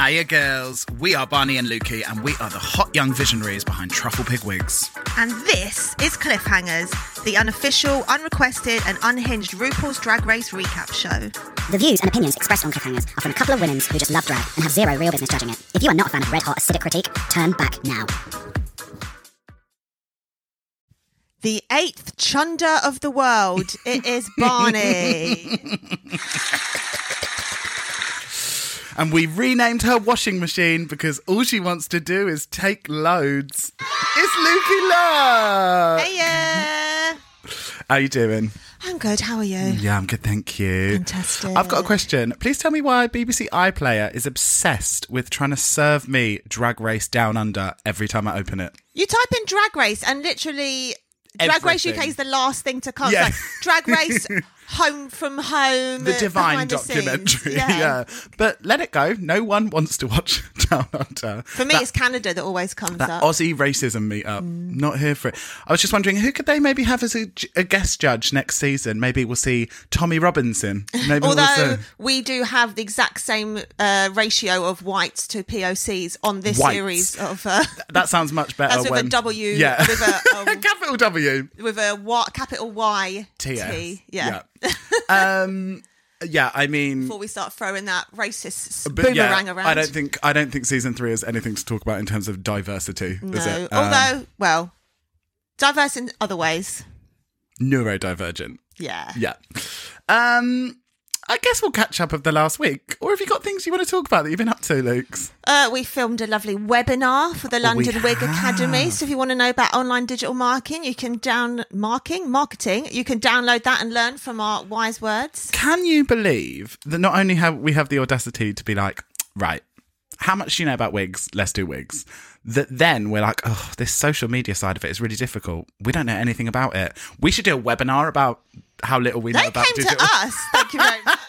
Hiya, girls. We are Barney and Lukey, and we are the hot young visionaries behind Truffle Pig Wigs. And this is Cliffhangers, the unofficial, unrequested, and unhinged RuPaul's Drag Race recap show. The views and opinions expressed on Cliffhangers are from a couple of women who just love drag and have zero real business judging it. If you are not a fan of red hot acidic critique, turn back now. The eighth chunder of the world. It is Uh, Barney. And we renamed her washing machine because all she wants to do is take loads. It's Lukey Love. hey, yeah. How you doing? I'm good. How are you? Yeah, I'm good, thank you. Fantastic. Mm. I've got a question. Please tell me why BBC iPlayer is obsessed with trying to serve me Drag Race Down Under every time I open it. You type in Drag Race and literally. Drag Race Everything. UK is the last thing to come. Yeah. It's like Drag Race, Home from Home, the uh, divine behind the scenes. documentary. Yeah. But let it go. No one wants to watch Down Under. For me, it's Canada that Mm. always comes That up. Aussie racism meetup. Not here for it. I was just wondering who could they maybe have as a, j- a guest judge next season? Maybe we'll see Tommy Robinson. Maybe Although we'll see we do have the exact same uh, ratio of whites to POCs on this Whites. series of uh, that sounds much better. that's with when, a W, Yeah. with a, a um, capital W. with a wa- capital Y T. T-S. Yeah. Yeah. um, yeah. I mean. Before we start throwing that racist But boomerang yeah, around, I don't think I don't think season three is anything to talk about in terms of diversity. no. Is it? Um, Although, well, diverse in other ways. neurodivergent. Yeah. Yeah. Um, I guess we'll catch up of the last week. Or have you got things you want to talk about that you've been up to, Luke's? Uh, we filmed a lovely webinar for the London Wig Academy. So if you want to know about online digital marketing, you can down marking marketing. You can download that and learn from our wise words. Can you believe that not only have we have the audacity to be like, right, how much do you know about wigs? Let's do wigs. That then we're like, oh, this social media side of it is really difficult. We don't know anything about it. We should do a webinar about how little we know They about came to digital. us. Thank you very much.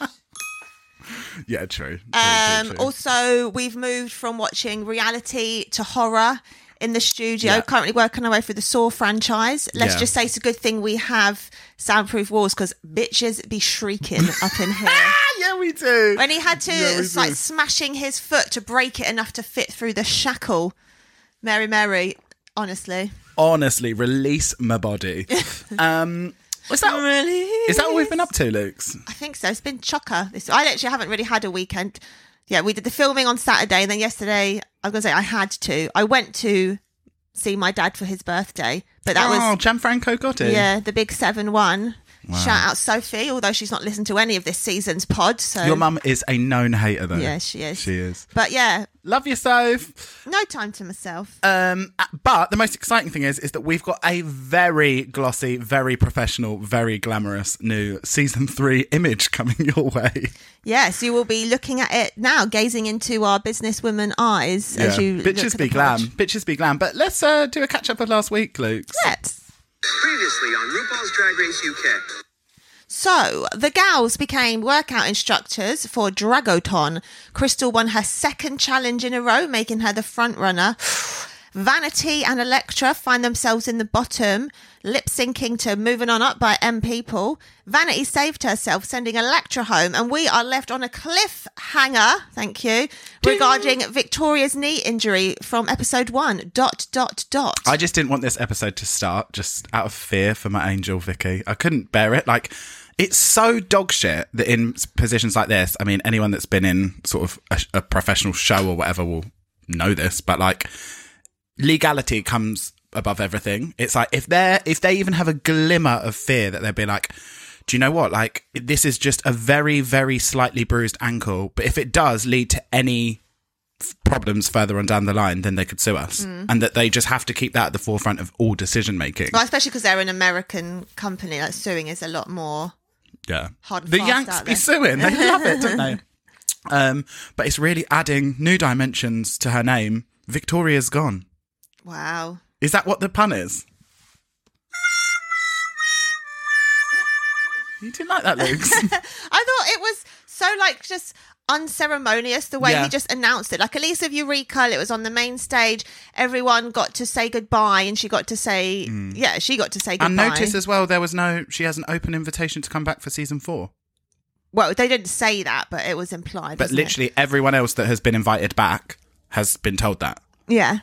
Yeah, true. true, true, Um, true. also, we've moved from watching reality to horror in the studio. Yeah. Currently working our way through the Saw franchise. Let's Yeah. just say it's a good thing we have soundproof walls because bitches be shrieking up in here. ah, yeah, we do. When he had to, Yeah, we it was do. like smashing his foot to break it enough to fit through the shackle. Mary, Mary, honestly. Honestly, release my body. um, is that Really? Is that all we've been up to, Luke's? I think so. It's been chocker. This I actually haven't really had a weekend. Yeah, we did the filming on Saturday, and then yesterday I was gonna say I had to. I went to see my dad for his birthday, but that oh, was Gianfranco Gotti. yeah the big seven one. Shout out Sophie, although she's not listened to any of this season's pod. So Your mum is a known hater, though. yeah, she is. She is. But yeah, Love you, Soph. no time to myself. Um, but the most exciting thing is, is that we've got a very glossy, very professional, very glamorous new season three image coming your way. Yes, you will be looking at it now, gazing into our businesswoman eyes as you look at Bitches the be glam. page. Bitches be glam. But let's uh, do a catch up of last week, Luke. Let's Previously on RuPaul's Drag Race UK. So the gals became workout instructors for Dragoton. Crystal won her second challenge in a row, making her the front runner. Vanity and Electra find themselves in the bottom, lip syncing to Moving On Up by M People. Vanity saved herself, sending Electra home, and we are left on a cliffhanger, thank you, regarding Victoria's knee injury from episode one. Dot, dot, dot. I just didn't want this episode to start just out of fear for my angel Vicky. I couldn't bear it. Like it's so dog shit that in s- positions like this, I mean, anyone that's been in sort of a, a professional show or whatever will know this, but like legality comes above everything. It's like if they're if they even have a glimmer of fear that they'll be like, do you know what? Like this is just a very very slightly bruised ankle, but if it does lead to any f- problems further on down the line, then they could sue us, Mm. and that they just have to keep that at the forefront of all decision making. well, especially because they're an American company, like suing is a lot more. Yeah. hard and the fast Yanks out be there. suing. They love it, don't they? Um, but it's really adding new dimensions to her name. Victoria's gone. Wow. Is that what the pun is? You didn't like that, Luke. I thought it was so like just unceremonious the way Yeah. he just announced it. Like at least of Eureka, it was on the main stage. Everyone got to say goodbye, and she got to say, Mm. yeah, she got to say goodbye. and notice as well, there was no. She has an open invitation to come back for season four. Well, they didn't say that, but it was implied. But wasn't it? literally everyone else that has been invited back has been told that. yeah.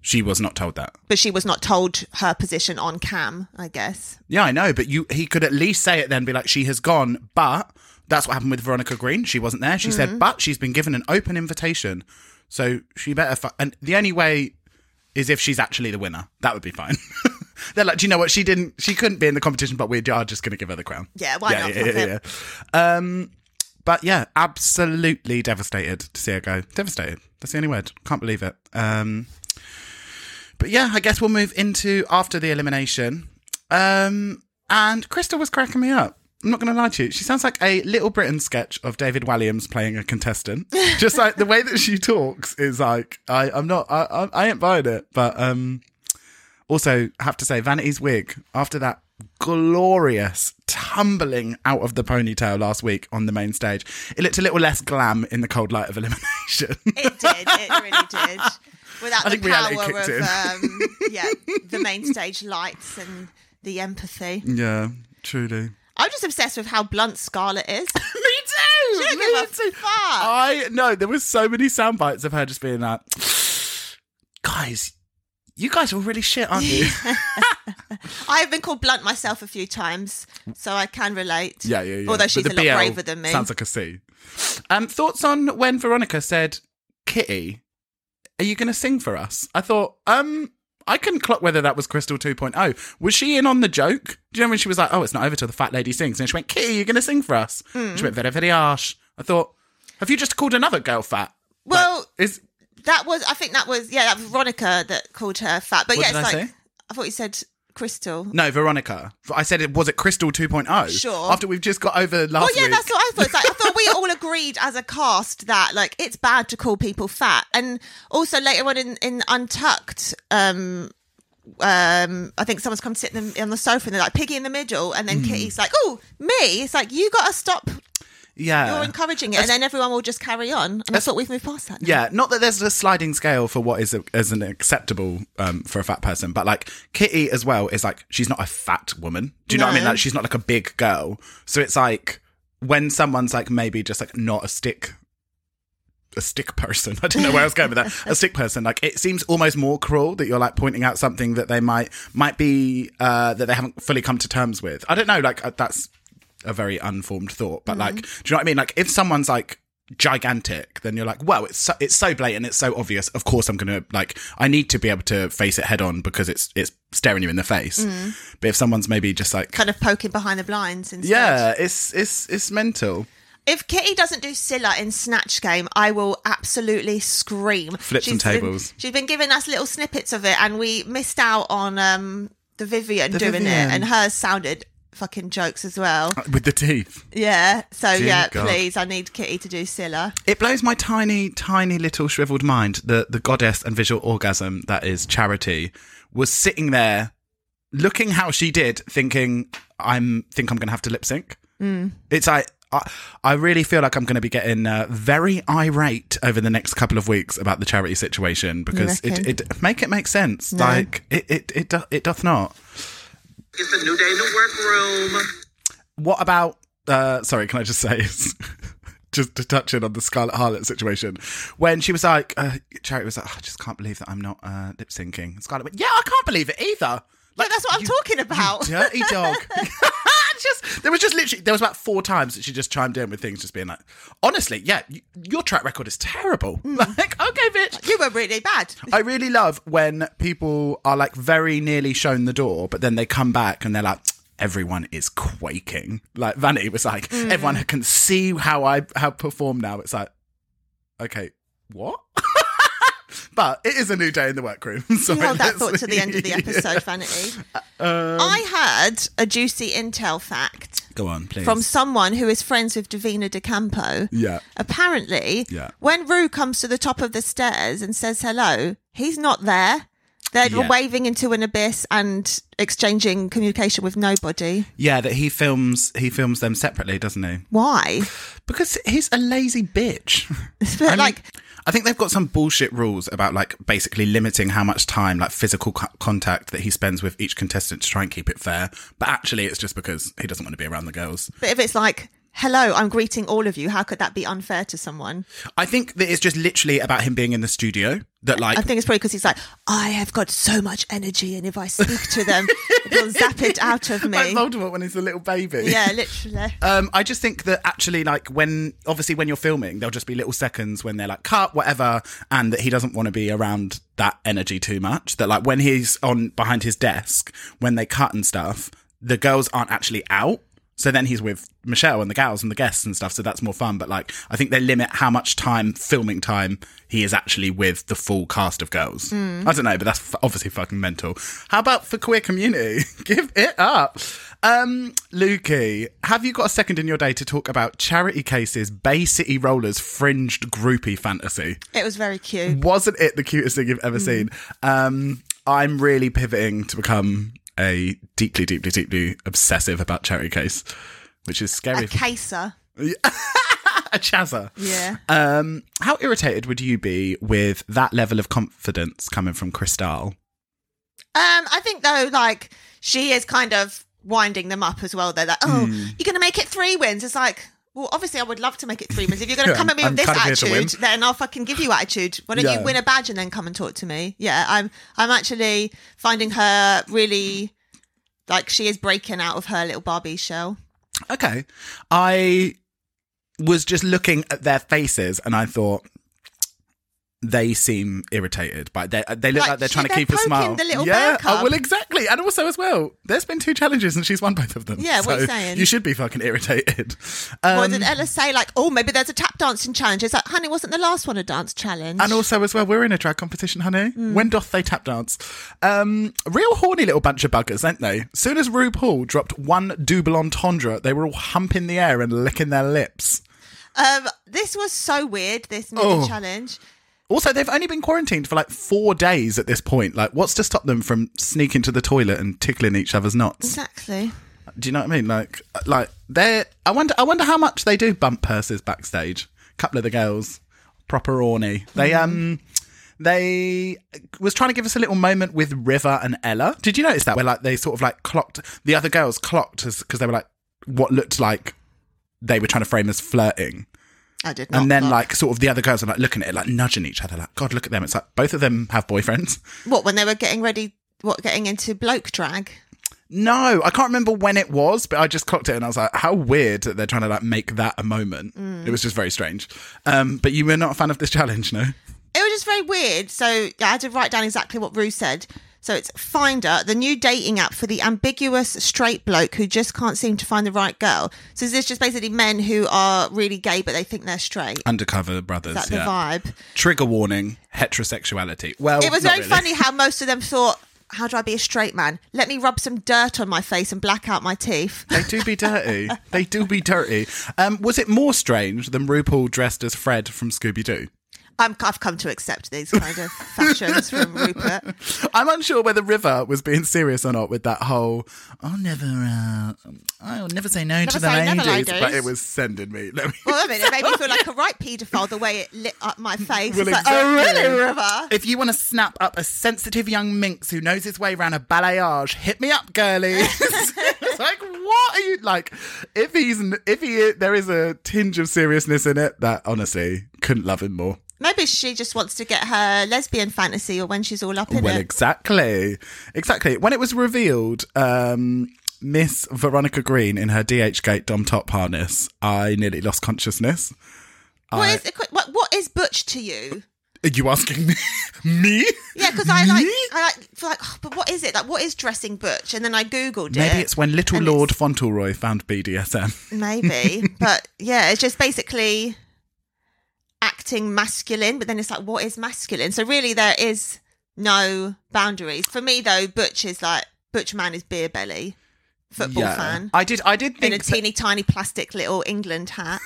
She was not told that. But she was not told her position on cam. I guess. Yeah, I know, but you he could at least say it then be like she has gone, but that's what happened with Veronica Green. She wasn't there. She Mm. said, but she's been given an open invitation. So she better fu- and the only way is if she's actually the winner. That would be fine. They're like, do you know what? She didn't she couldn't be in the competition, but we are just gonna give her the crown. Yeah, why not? Fuck it. yeah. Um but yeah, absolutely devastated to see her go. Devastated. That's the only word. Can't believe it. Um but yeah, I guess we'll move into after the elimination. Um, and Crystal was cracking me up. I'm not going to lie to you. She sounds like a Little Britain sketch of David Walliams playing a contestant. Just like the way that she talks is like, I, I'm not, I, I, I ain't buying it. But um, also, have to say, Vanity's wig after that glorious tumbling out of the ponytail last week on the main stage, it looked a little less glam in the cold light of elimination. It did. It really did. Without I the think reality power kicked of in. um, yeah, the main stage lights and the empathy. yeah, truly. I'm just obsessed with how blunt Scarlett is. me too. She don't Me give a too. Uh, fuck. I know there was so many sound bites of her just being like, "Guys, you guys are really shit, aren't you?" I have been called blunt myself a few times, so I can relate. yeah, yeah, yeah. Although But she's a the lot BL braver than me. Sounds like a C. Um, thoughts on when Veronica said, "Kitty, are you going to sing for us?" I thought, um. I couldn't clock whether that was Crystal 2.0. Was she in on the joke? Do you know when she was like, oh, it's not over till the fat lady sings? And she went, Kitty, you're going to sing for us? Hmm. She went, very, very harsh. I thought, have you just called another girl fat? Like, Well- is that was, I think that was, yeah, that was Veronica that called her fat. But What yeah, did it's I like, say? I thought you said Crystal. No, Veronica. I said it was it Crystal 2.0. Sure. After we've just got over last Well, Oh, yeah, week. that's what I thought. It's like, I thought we all agreed as a cast that like it's bad to call people fat, and also later on in, in Untucked, um, um, I think someone's come sitting on the sofa and they're like Piggy in the middle, and Hmm. then Kitty's like, "Oh, me!" It's like you got to stop. Oh, yeah. You're encouraging it, and then everyone will just carry on. And I thought we've moved past that. now. yeah, not that there's a sliding scale for what is a, as an acceptable um, for a fat person, but like Kitty as well is like she's not a fat woman. Do you know what I mean? No. Like she's not like a big girl. So it's like when someone's like maybe just like not a stick a stick person. I don't know where I was going with that. A stick person. Like it seems almost more cruel that you're like pointing out something that they might might be uh that they haven't fully come to terms with. I don't know. Like uh, that's a very unformed thought, but like, do you know what I mean? Like if someone's like gigantic, then you're like, well, it's so, it's so blatant, it's so obvious. Of course, I'm gonna like I need to be able to face it head on because it's it's staring you in the face. But if someone's maybe just like kind of poking behind the blinds. Instead. yeah, it's it's it's mental. If Kitty doesn't do Scylla in Snatch Game, I will absolutely scream. Flip some been- tables. she's been giving us little snippets of it, and we missed out on um, the Vivian doing Vivian. it, and hers sounded fucking jokes as well. With the teeth. Yeah. So Dear yeah, God. please, I need Kitty to do Scylla. It blows my tiny, tiny little shriveled mind that the goddess and visual orgasm that is Charity was sitting there looking how she did, thinking, "I'm think I'm going to have to lip sync." It's like. I, I really feel like I'm going to be getting uh, very irate over the next couple of weeks about the charity situation because reckon? it, it make it make sense like it it it, do, it doth not. It's a new day in the workroom. What about? Uh, sorry, can I just say, just to touch in on the Scarlet Harlot situation, when she was like, uh, Charity was like, "Oh, I just can't believe that I'm not uh, lip syncing. And Scarlet went, Yeah, I can't believe it either. Like that's what I'm "You- talking you about." dirty dog. just there was just literally there was about four times that she just chimed in with things, just being like, Honestly, yeah, y- your track record is terrible. Like, okay, bitch. You were really bad. I really love when people are like very nearly shown the door, but then they come back and they're like, everyone is quaking. Like Vanity was like, Hmm. everyone can see how I how perform now. It's like, okay, what? but it is a new day in the workroom. So You hold that let's thought to the end of the see. episode, Vanity. Uh, um, I had a juicy intel fact. Go on, please. from someone who is friends with Davina De Campo. Yeah. Apparently, Yeah. when Rue comes to the top of the stairs and says hello, he's not there. They're Yeah. waving into an abyss and exchanging communication with nobody. yeah, that he films he films them separately, doesn't he? Why? Because he's a lazy bitch. It's a bit I mean, like I think they've got some bullshit rules about like basically limiting how much time, like physical co- contact that he spends with each contestant to try and keep it fair. But actually, it's just because he doesn't want to be around the girls. but if it's like, hello, I'm greeting all of you. How could that be unfair to someone? I think that it's just literally about him being in the studio. That like I think it's probably because he's like, I have got so much energy, and if I speak to them, they'll zap it out of me. like Voldemort when he's a little baby. Yeah, literally. Um, I just think that actually, like, when obviously when you're filming, there'll just be little seconds when they're like cut, whatever, and that he doesn't want to be around that energy too much. That like when he's on behind his desk, when they cut and stuff, the girls aren't actually out. So then he's with Michelle and the gals and the guests and stuff. So that's more fun. But like, I think they limit how much time filming time he is actually with the full cast of girls. I don't know, but that's f- obviously fucking mental. How about for queer community? Give it up. Um, Lukey, have you got a second in your day to talk about Charity Case's Bay City Rollers fringed groupie fantasy? It was very cute. Wasn't it the cutest thing you've ever seen? Um, I'm really pivoting to become a deeply, deeply, deeply obsessive about Charity Case, which is A scary. for caser. a chazzer. Yeah. Um, how irritated would you be with that level of confidence coming from Crystal? Um, I think though, like she is kind of winding them up as well. They're like, "Oh, Hmm. you're going to make it three wins." It's like, well, obviously, I would love to make it three wins. If you're going to Yeah, come at me I'm with this kind of here to win. attitude, then I'll fucking give you attitude. Why don't Yeah. you win a badge and then come and talk to me? Yeah, I'm. I'm actually finding her really like she is breaking out of her little Barbie shell. Okay. I was just looking at their faces and I thought they seem irritated, but they they look like, Like, they're she- trying to they're keep a poking smile. the little yeah, bear cub. oh, well, exactly, and also as well, there's been two challenges and she's won both of them. Yeah, what so you saying? You should be fucking irritated. Um, Or did Ella say like, "Oh, maybe there's a tap dancing challenge"? It's like, honey, wasn't the last one a dance challenge? And also, as well, we're in a drag competition, honey. Hmm. When doth they tap dance? Um, real horny little bunch of buggers, aren't they? Soon as RuPaul dropped one double entendre, they were all humping the air and licking their lips. um, this was so weird. This mini Oh. challenge. Also, they've only been quarantined for like four days at this point. Like, what's to stop them from sneaking to the toilet and tickling each other's knots? Exactly. Do you know what I mean? Like, uh, like they. I wonder. I wonder how much they do bump purses backstage. Couple of the girls, proper orny. They um, they was trying to give us a little moment with River and Ella. Did you notice that? Where like they sort of like clocked the other girls clocked as because they were like what looked like they were trying to frame as flirting. I did not. And then, look. like, sort of the other girls are like looking at it, like nudging each other, like, God, look at them. It's like both of them have boyfriends. What when they were getting ready? What getting into bloke drag? No, I can't remember when it was, but I just clocked it and I was like, how weird that they're trying to like make that a moment. It was just very strange. Um, but you were not a fan of this challenge, no? It was just very weird. So yeah, I had to write down exactly what Rue said. So it's Finder, the new dating app for the ambiguous straight bloke who just can't seem to find the right girl. So is this just basically men who are really gay but they think they're straight? Undercover brothers. Is that yeah. the vibe? Trigger warning: heterosexuality. Well, It was not very really. funny how most of them thought, "How do I be a straight man? Let me rub some dirt on my face and black out my teeth." They do be dirty. they do be dirty. Um, was it more strange than RuPaul dressed as Fred from Scooby Doo? I'm, I've come to accept these kind of fashions from Rupert. I'm unsure whether River was being serious or not with that whole "I'll never, uh, I'll never say no to the say ladies," never, ladies. but it was sending me. Let me Well, I mean, it made me feel like a right paedophile the way it lit up my face. Well, it's like, exactly. oh, really, River? If you want to snap up a sensitive young minx who knows his way around a balayage, hit me up, girly. it's like, what are you like? If he's if he there is a tinge of seriousness in it, that honestly couldn't love him more. Maybe she just wants to get her lesbian fantasy or when she's all up in Well, it. exactly, exactly. When it was revealed, um, Miss Veronica Green in her DHgate Dom Top harness, I nearly lost consciousness. what, is, what, what is butch to you? Are you asking me? me? Yeah, because I like, Me? I like, feel like, oh, but what is it? Like, what is dressing butch? And then I googled it. Maybe it's when Little And Lord Fauntleroy found BDSM. Maybe, but yeah, it's just basically acting masculine. But then it's like, what is masculine? So really, there is no boundaries for me. Though butch is like butch man is beer belly football fan I did. I did in think. a teeny tiny plastic little England hat.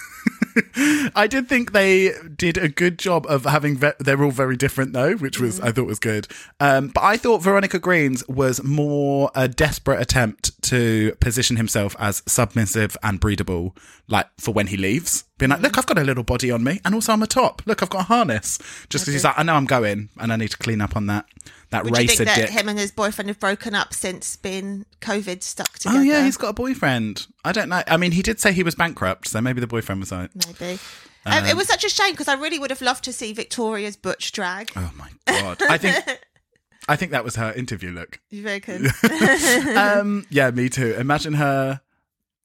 I did think they did a good job of having. Ve- they're all very different though, which was Mm-hmm. I thought was good. Um, but I thought Veronica Green's was more a desperate attempt to position himself as submissive and breedable, like for when he leaves, being Mm-hmm. like, "Look, I've got a little body on me, and also I'm a top. Look, I've got a harness." Just because he's like, "I know I'm going, and I need to clean up on that." That Would you racer think that dick. him and his boyfriend have broken up since being COVID stuck together? oh yeah, he's got a boyfriend. I don't know. I mean, he did say he was bankrupt, so maybe the boyfriend was like, maybe. Um, it was such a shame because I really would have loved to see Victoria's butch drag. "Oh my god." I think I think that was her interview look. You reckon? Um, yeah, me too. Imagine her.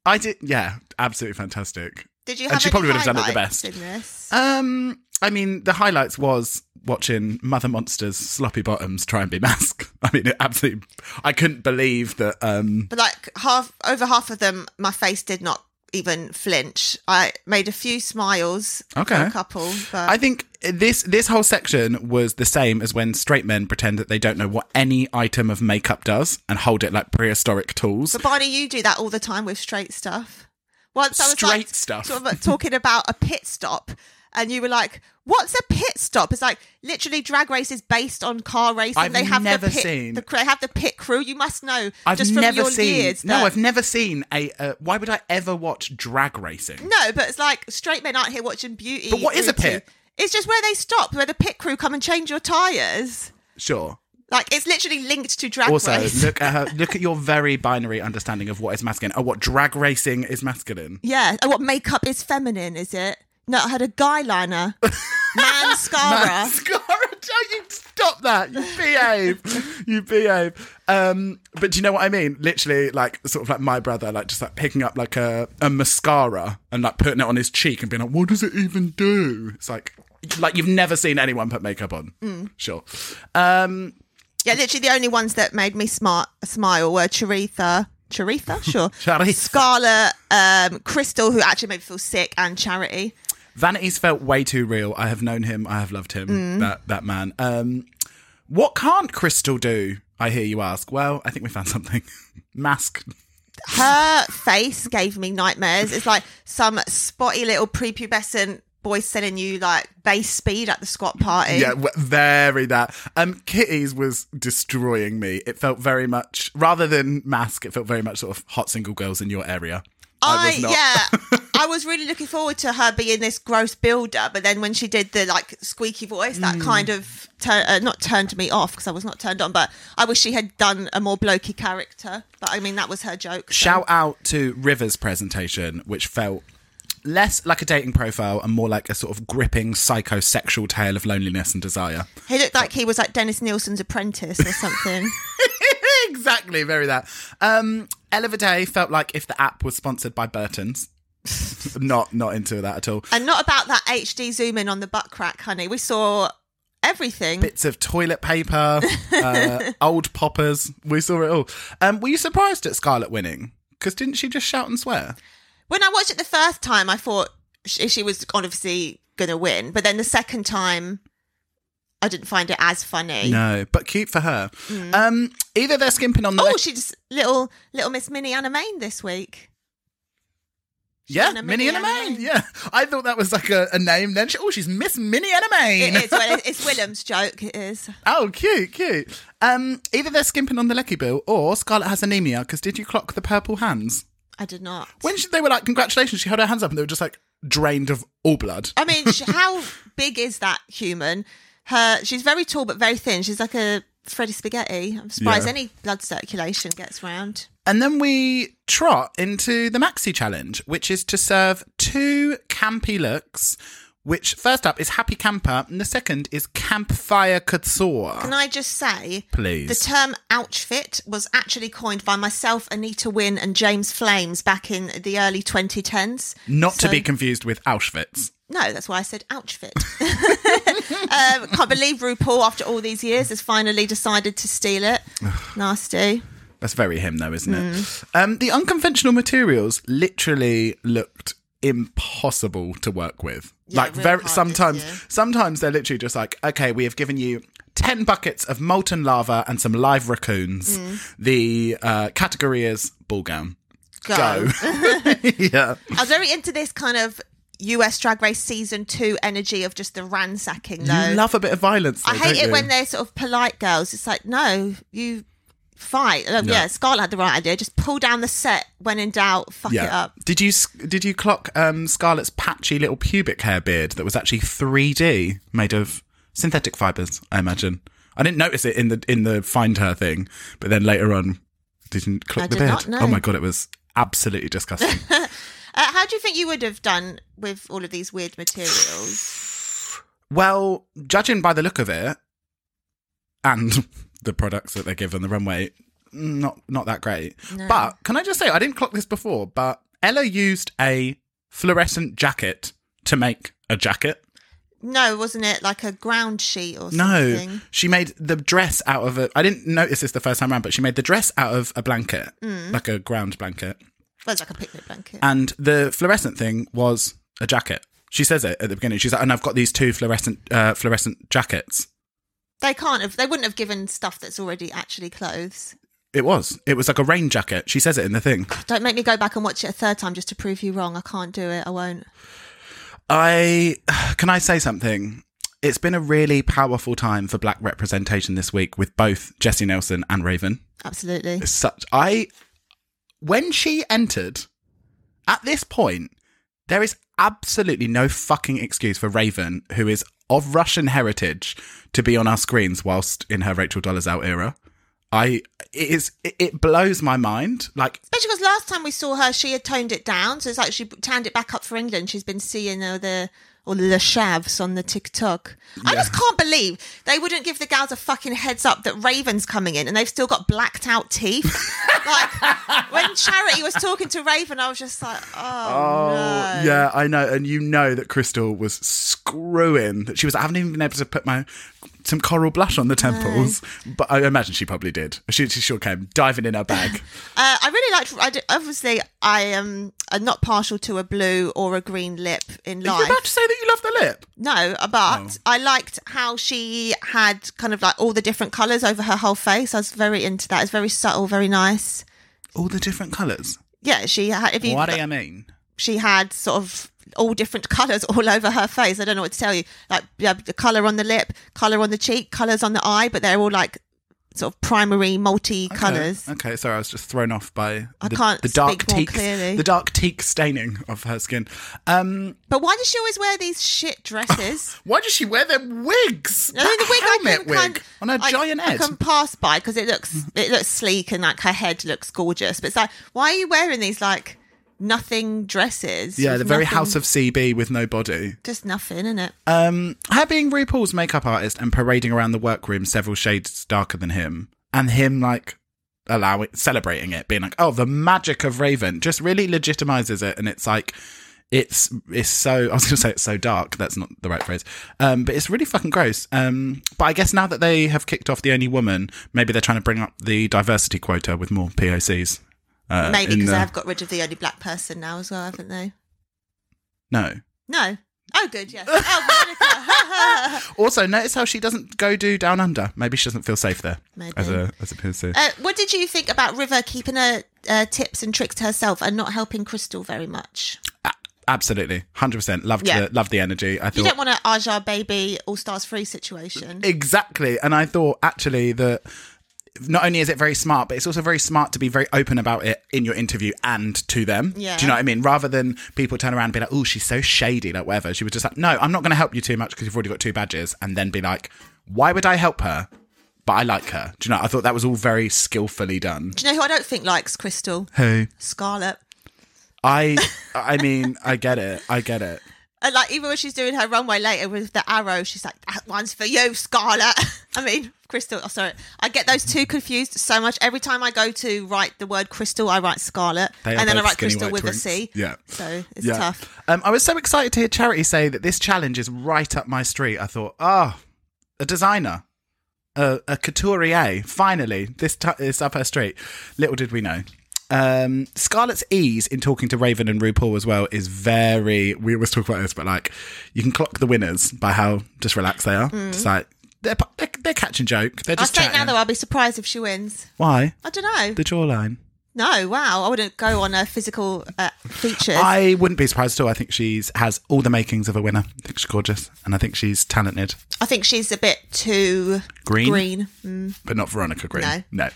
I did. Yeah, absolutely fantastic. Did you? And Have she any probably would have done it the highlights best. In this? Um, I mean, the highlights was watching Mother Monster's sloppy bottoms try and be mask. I mean, it absolutely, I couldn't believe that. Um, but like half over half of them, my face did not even flinch. I made a few smiles. Okay. For a couple, but I think this this whole section was the same as when straight men pretend that they don't know what any item of makeup does and hold it like prehistoric tools. But Barney, you do that all the time with straight stuff. Once I was like Straight stuff. sort of talking about a pit stop, and you were like, "What's a pit stop?" It's like literally drag race is based on car racing. I've they have never the pit, seen- The, they have the pit crew. You must know I've just from never your seen. years. no, that- I've never seen a. Uh, why would I ever watch drag racing? no, but it's like straight men aren't here watching beauty. But what is a routine. pit? It's just where they stop, where the pit crew come and change your tires. Sure. Like it's literally linked to drag Also, race. look at her, look at your very binary understanding of what is masculine. Oh, what drag racing is masculine? Yeah. And what makeup is feminine, is it? No, I had a guy liner. Manscara. Mascara. You stop that. You behave. you behave. Um, but do you know what I mean? Literally, like sort of like my brother, like just like picking up like a, a mascara and like putting it on his cheek and being like, "What does it even do?" It's like like you've never seen anyone put makeup on. Sure. Um, yeah, literally the only ones that made me smart smile were Charitha. Charitha? Sure. Charitha. Scarlet, um, Crystal, who actually made me feel sick, and Charity. Vanity's felt way too real. I have known him. I have loved him. That that man. Um, what can't Crystal do? I hear you ask. Well, I think we found something. Mask. Her face gave me nightmares. It's like some spotty little prepubescent boy selling you like base speed at the squat party. Yeah, w- very that. Um, Kitty's was destroying me. It felt very much rather than Mask. It felt very much sort of hot single girls in your area. I was not. yeah, I was really looking forward to her being this gross builder, but then when she did the like squeaky voice, Mm. that kind of tur- uh, not turned me off because I was not turned on. But I wish she had done a more blokey character. But I mean, that was her joke. so- Shout out to River's presentation, which felt less like a dating profile and more like a sort of gripping psychosexual tale of loneliness and desire. He looked like he was like Dennis Nielsen's apprentice or something. exactly, very that. Um, Day felt like if the app was sponsored by Burton's. not not into that at all. and not about that HD zoom in on the butt crack, honey. We saw everything. Bits of toilet paper, uh, old poppers. We saw it all. Um, were you surprised at Scarlett winning? Because didn't she just shout and swear? when I watched it the first time, I thought she, she was obviously going to win. But then the second time, I didn't find it as funny. No, but cute for her. Um, either they're skimping on the Mm. Oh, le- she's little little Miss Minnie Anna Main this week. yeah, on a Minnie Minnie and a and a Main. Yeah, I thought that was like a, a name. Then she, oh, she's Miss Minnie and a Main. It is. Well, it's Willem's joke. It is. Oh, cute, cute. Um, either they're skimping on the lecky bill, or Scarlett has anemia. Because did you clock the purple hands? I did not. When she, they were like, "Congratulations," she held her hands up, and they were just like drained of all blood. I mean, sh- how big is that human? Her. She's very tall but very thin. She's like a Freddy Spaghetti. I'm surprised Yeah. any blood circulation gets round. And then we trot into the maxi challenge, which is to serve two campy looks. Which first up is Happy Camper, and the second is Campfire Couture. Can I just say, Please. the term outfit was actually coined by myself, Anita Wynne, and James Flames back in the early 2010s. Not to So- be confused with Auschwitz. No, that's why I said outfit. um, can't believe RuPaul, after all these years, has finally decided to steal it. Nasty. That's very him, though, isn't it? Mm. Um, the unconventional materials literally looked impossible to work with. Yeah, like real very hard sometimes, this year. sometimes they're literally just like, okay, we have given you ten buckets of molten lava and some live raccoons. Mm. The uh, category is ball gown. Go. yeah. I was very into this kind of US Drag Race season two energy of just the ransacking, though. You love a bit of violence. Though, I hate don't it you? when they're sort of polite girls. It's like, no, you fight. Oh, No. Yeah, Scarlett had the right idea. Just pull down the set when in doubt, fuck it Yeah. up. Did you s- did you clock um, Scarlett's patchy little pubic hair beard that was actually 3D, made of synthetic fibers? I imagine. I didn't notice it in the in the find her thing, but then later on, didn't click I the did beard. not know. Oh my god, it was absolutely disgusting. Uh, how do you think you would have done with all of these weird materials? well, judging by the look of it, and the products that they give on the runway, not not that great. But can I just say, I didn't clock this before, but Ella used a fluorescent jacket to make a jacket. No, wasn't it like a ground sheet or No, something? she made the dress out of a. I didn't notice this the first time around, but she made the dress out of a blanket, like a ground blanket. Well, it's like a picnic blanket. And the fluorescent thing was a jacket. She says it at the beginning. She's like, and I've got these two fluorescent uh, fluorescent jackets. they can't have. They wouldn't have given stuff that's already actually clothes. It was. It was like a rain jacket. She says it in the thing. Don't make me go back and watch it a third time just to prove you wrong. I can't do it. I won't. I can I say something? It's been a really powerful time for black representation this week with both Jessie Nelson and Raven. Absolutely. such I when she entered at this point there is absolutely no fucking excuse for Raven who is of Russian heritage to be on our screens whilst in her Rachel Dollars out era I it is it, it blows my mind like Especially because last time we saw her, she had toned it down. So it's like she turned it back up for England. She's been seeing all the all the shavs on the TikTok. I just can't believe they wouldn't give the gals a fucking heads up that Raven's coming in and they've still got blacked out teeth. like when Charity was talking to Raven, I was just like, oh, no. yeah I know and you know that Crystal was screwing that she was I haven't even been able to put my some coral blush on the temples but I imagine she probably did she, she sure came diving in her bag Uh, I really liked. I d obviously, I am I'm not partial to a blue or a green lip in Are you life. about to say that you love the lip No, but I liked how she had kind of like all the different colours over her whole face. I was very into that. It's very subtle, very nice. all the different colours. Yeah, she had. If you, What do you mean? she had sort of all different colours all over her face. I don't know what to tell you. Like yeah, the colour on the lip, colour on the cheek, colours on the eye, but they're all like sort of primary multi colours. Okay, sorry, I was just thrown off by I the, can't the dark speak more teak, clearly. the dark teak staining of her skin. Um, But why does she always wear these shit dresses? why does she wear them wigs? I mean, the wig I helmet can kind wig on Mm-hmm. her I- giant I head. can pass by because it looks it looks sleek and like her head looks gorgeous. But it's like, why are you wearing these like nothing dresses? yeah, with the very nothing- house of CB with no body. just nothing, isn't it? Um, her being RuPaul's makeup artist and parading around the workroom several shades darker than him, and him like allowing celebrating it, being like, "Oh, the magic of Raven," just really legitimizes it, and it's like. It's it's so I was gonna say it's so dark. That's not the right phrase. Um, but it's really fucking gross. Um, but I guess now that they have kicked off the only woman, maybe they're trying to bring up the diversity quota with more POCs. Uh, Maybe in because the- they have got rid of the only black person now as well, haven't they? no. No. Oh, good. Yes. Oh, Monica. Also, notice how she doesn't go do down under. Maybe she doesn't feel safe there Maybe. as a as a POC. uh, what did you think about River keeping her uh, tips and tricks to herself and not helping Crystal very much? Absolutely, hundred percent. Loved Yeah. the loved the energy. I You thought don't want an Aja baby All Stars free situation. exactly, and I thought actually that not only is it very smart, but it's also very smart to be very open about it in your interview and to them. Yeah. Do you know what I mean? Rather than people turn around and be like, "Oh, she's so shady," like whatever. She was just like, "No, I'm not going to help you too much because you've already got two badges," and then be like, "Why would I help her?" But I like her. Do you know? I thought that was all very skillfully done. Do you know who I don't think likes Crystal? Who? Scarlet. I. I mean, I get it. I get it. And like even when she's doing her runway later with the arrow, she's like, "That one's for you, Scarlet." I mean, Crystal. Oh, sorry, I get those two confused so much. Every time I go to write the word Crystal, I write Scarlet, They are and then I both write skinny Crystal white with twinks. a C. Yeah. so it's tough. Um, I was so excited to hear Charity say that this challenge is right up my street. I thought, ah, a designer, a, a couturier. Finally, this t- is up her street. Little did we know. Um, Scarlett's ease in talking to Raven and RuPaul as well is very. We always talk about this, but like, you can clock the winners by how just relaxed they are. It's like they're, pu- they're they're catching joke. They're Mm. I'll just say it now chatting. though, I'll be surprised if she wins. Why I don't know. the jawline? no, wow, I wouldn't go on her physical uh, features. I wouldn't be surprised at all. I think she's has all the makings of a winner. I think she's gorgeous, and I think she's talented. I think she's a bit too Green? Green. Mm. but not Veronica Green. No. No.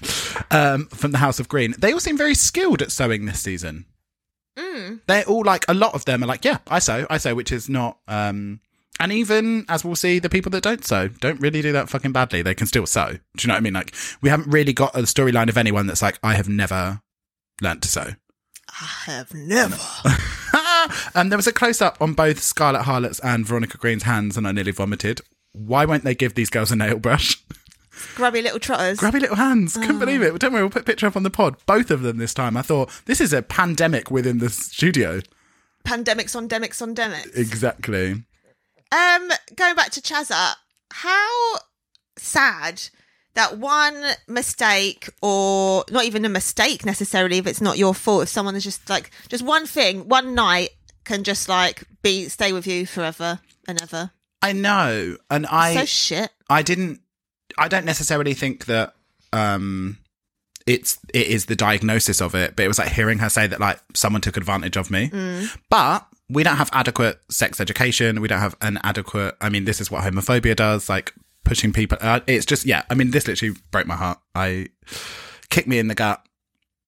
Um, from the House of Green. They all seem very skilled at sewing this season. Hmm. They're all like, a lot of them are like, yeah, I sew, I sew, which is not. Um, And even as we'll see, the people that don't sew don't really do that fucking badly. They can still sew. Do you know what I mean? Like we haven't really got a storyline of anyone that's like, I have never learnt to sew. I have never. um, there was a close up on both Scarlet Harlot's and Veronica Green's hands, and I nearly vomited. Why won't they give these girls a nail brush? Grubby little trotters. Grabby little hands. Couldn't believe it. Don't worry, we'll put a picture up on the pod. Both of them this time. I thought this is a pandemic within the studio. Pandemics on demics on demics. Exactly. Um, going back to Chazza, how sad that one mistake or not even a mistake necessarily if it's not your fault if someone is just like just one thing one night can just like be stay with you forever and ever I know, and I so shit I didn't. I don't necessarily think that um, it's it is the diagnosis of it, but it was like hearing her say that like someone took advantage of me. But we don't have adequate sex education. We don't have an adequate. I mean, this is what homophobia does, like pushing people. Uh, it's just yeah. I mean, this literally broke my heart. I kicked me in the gut.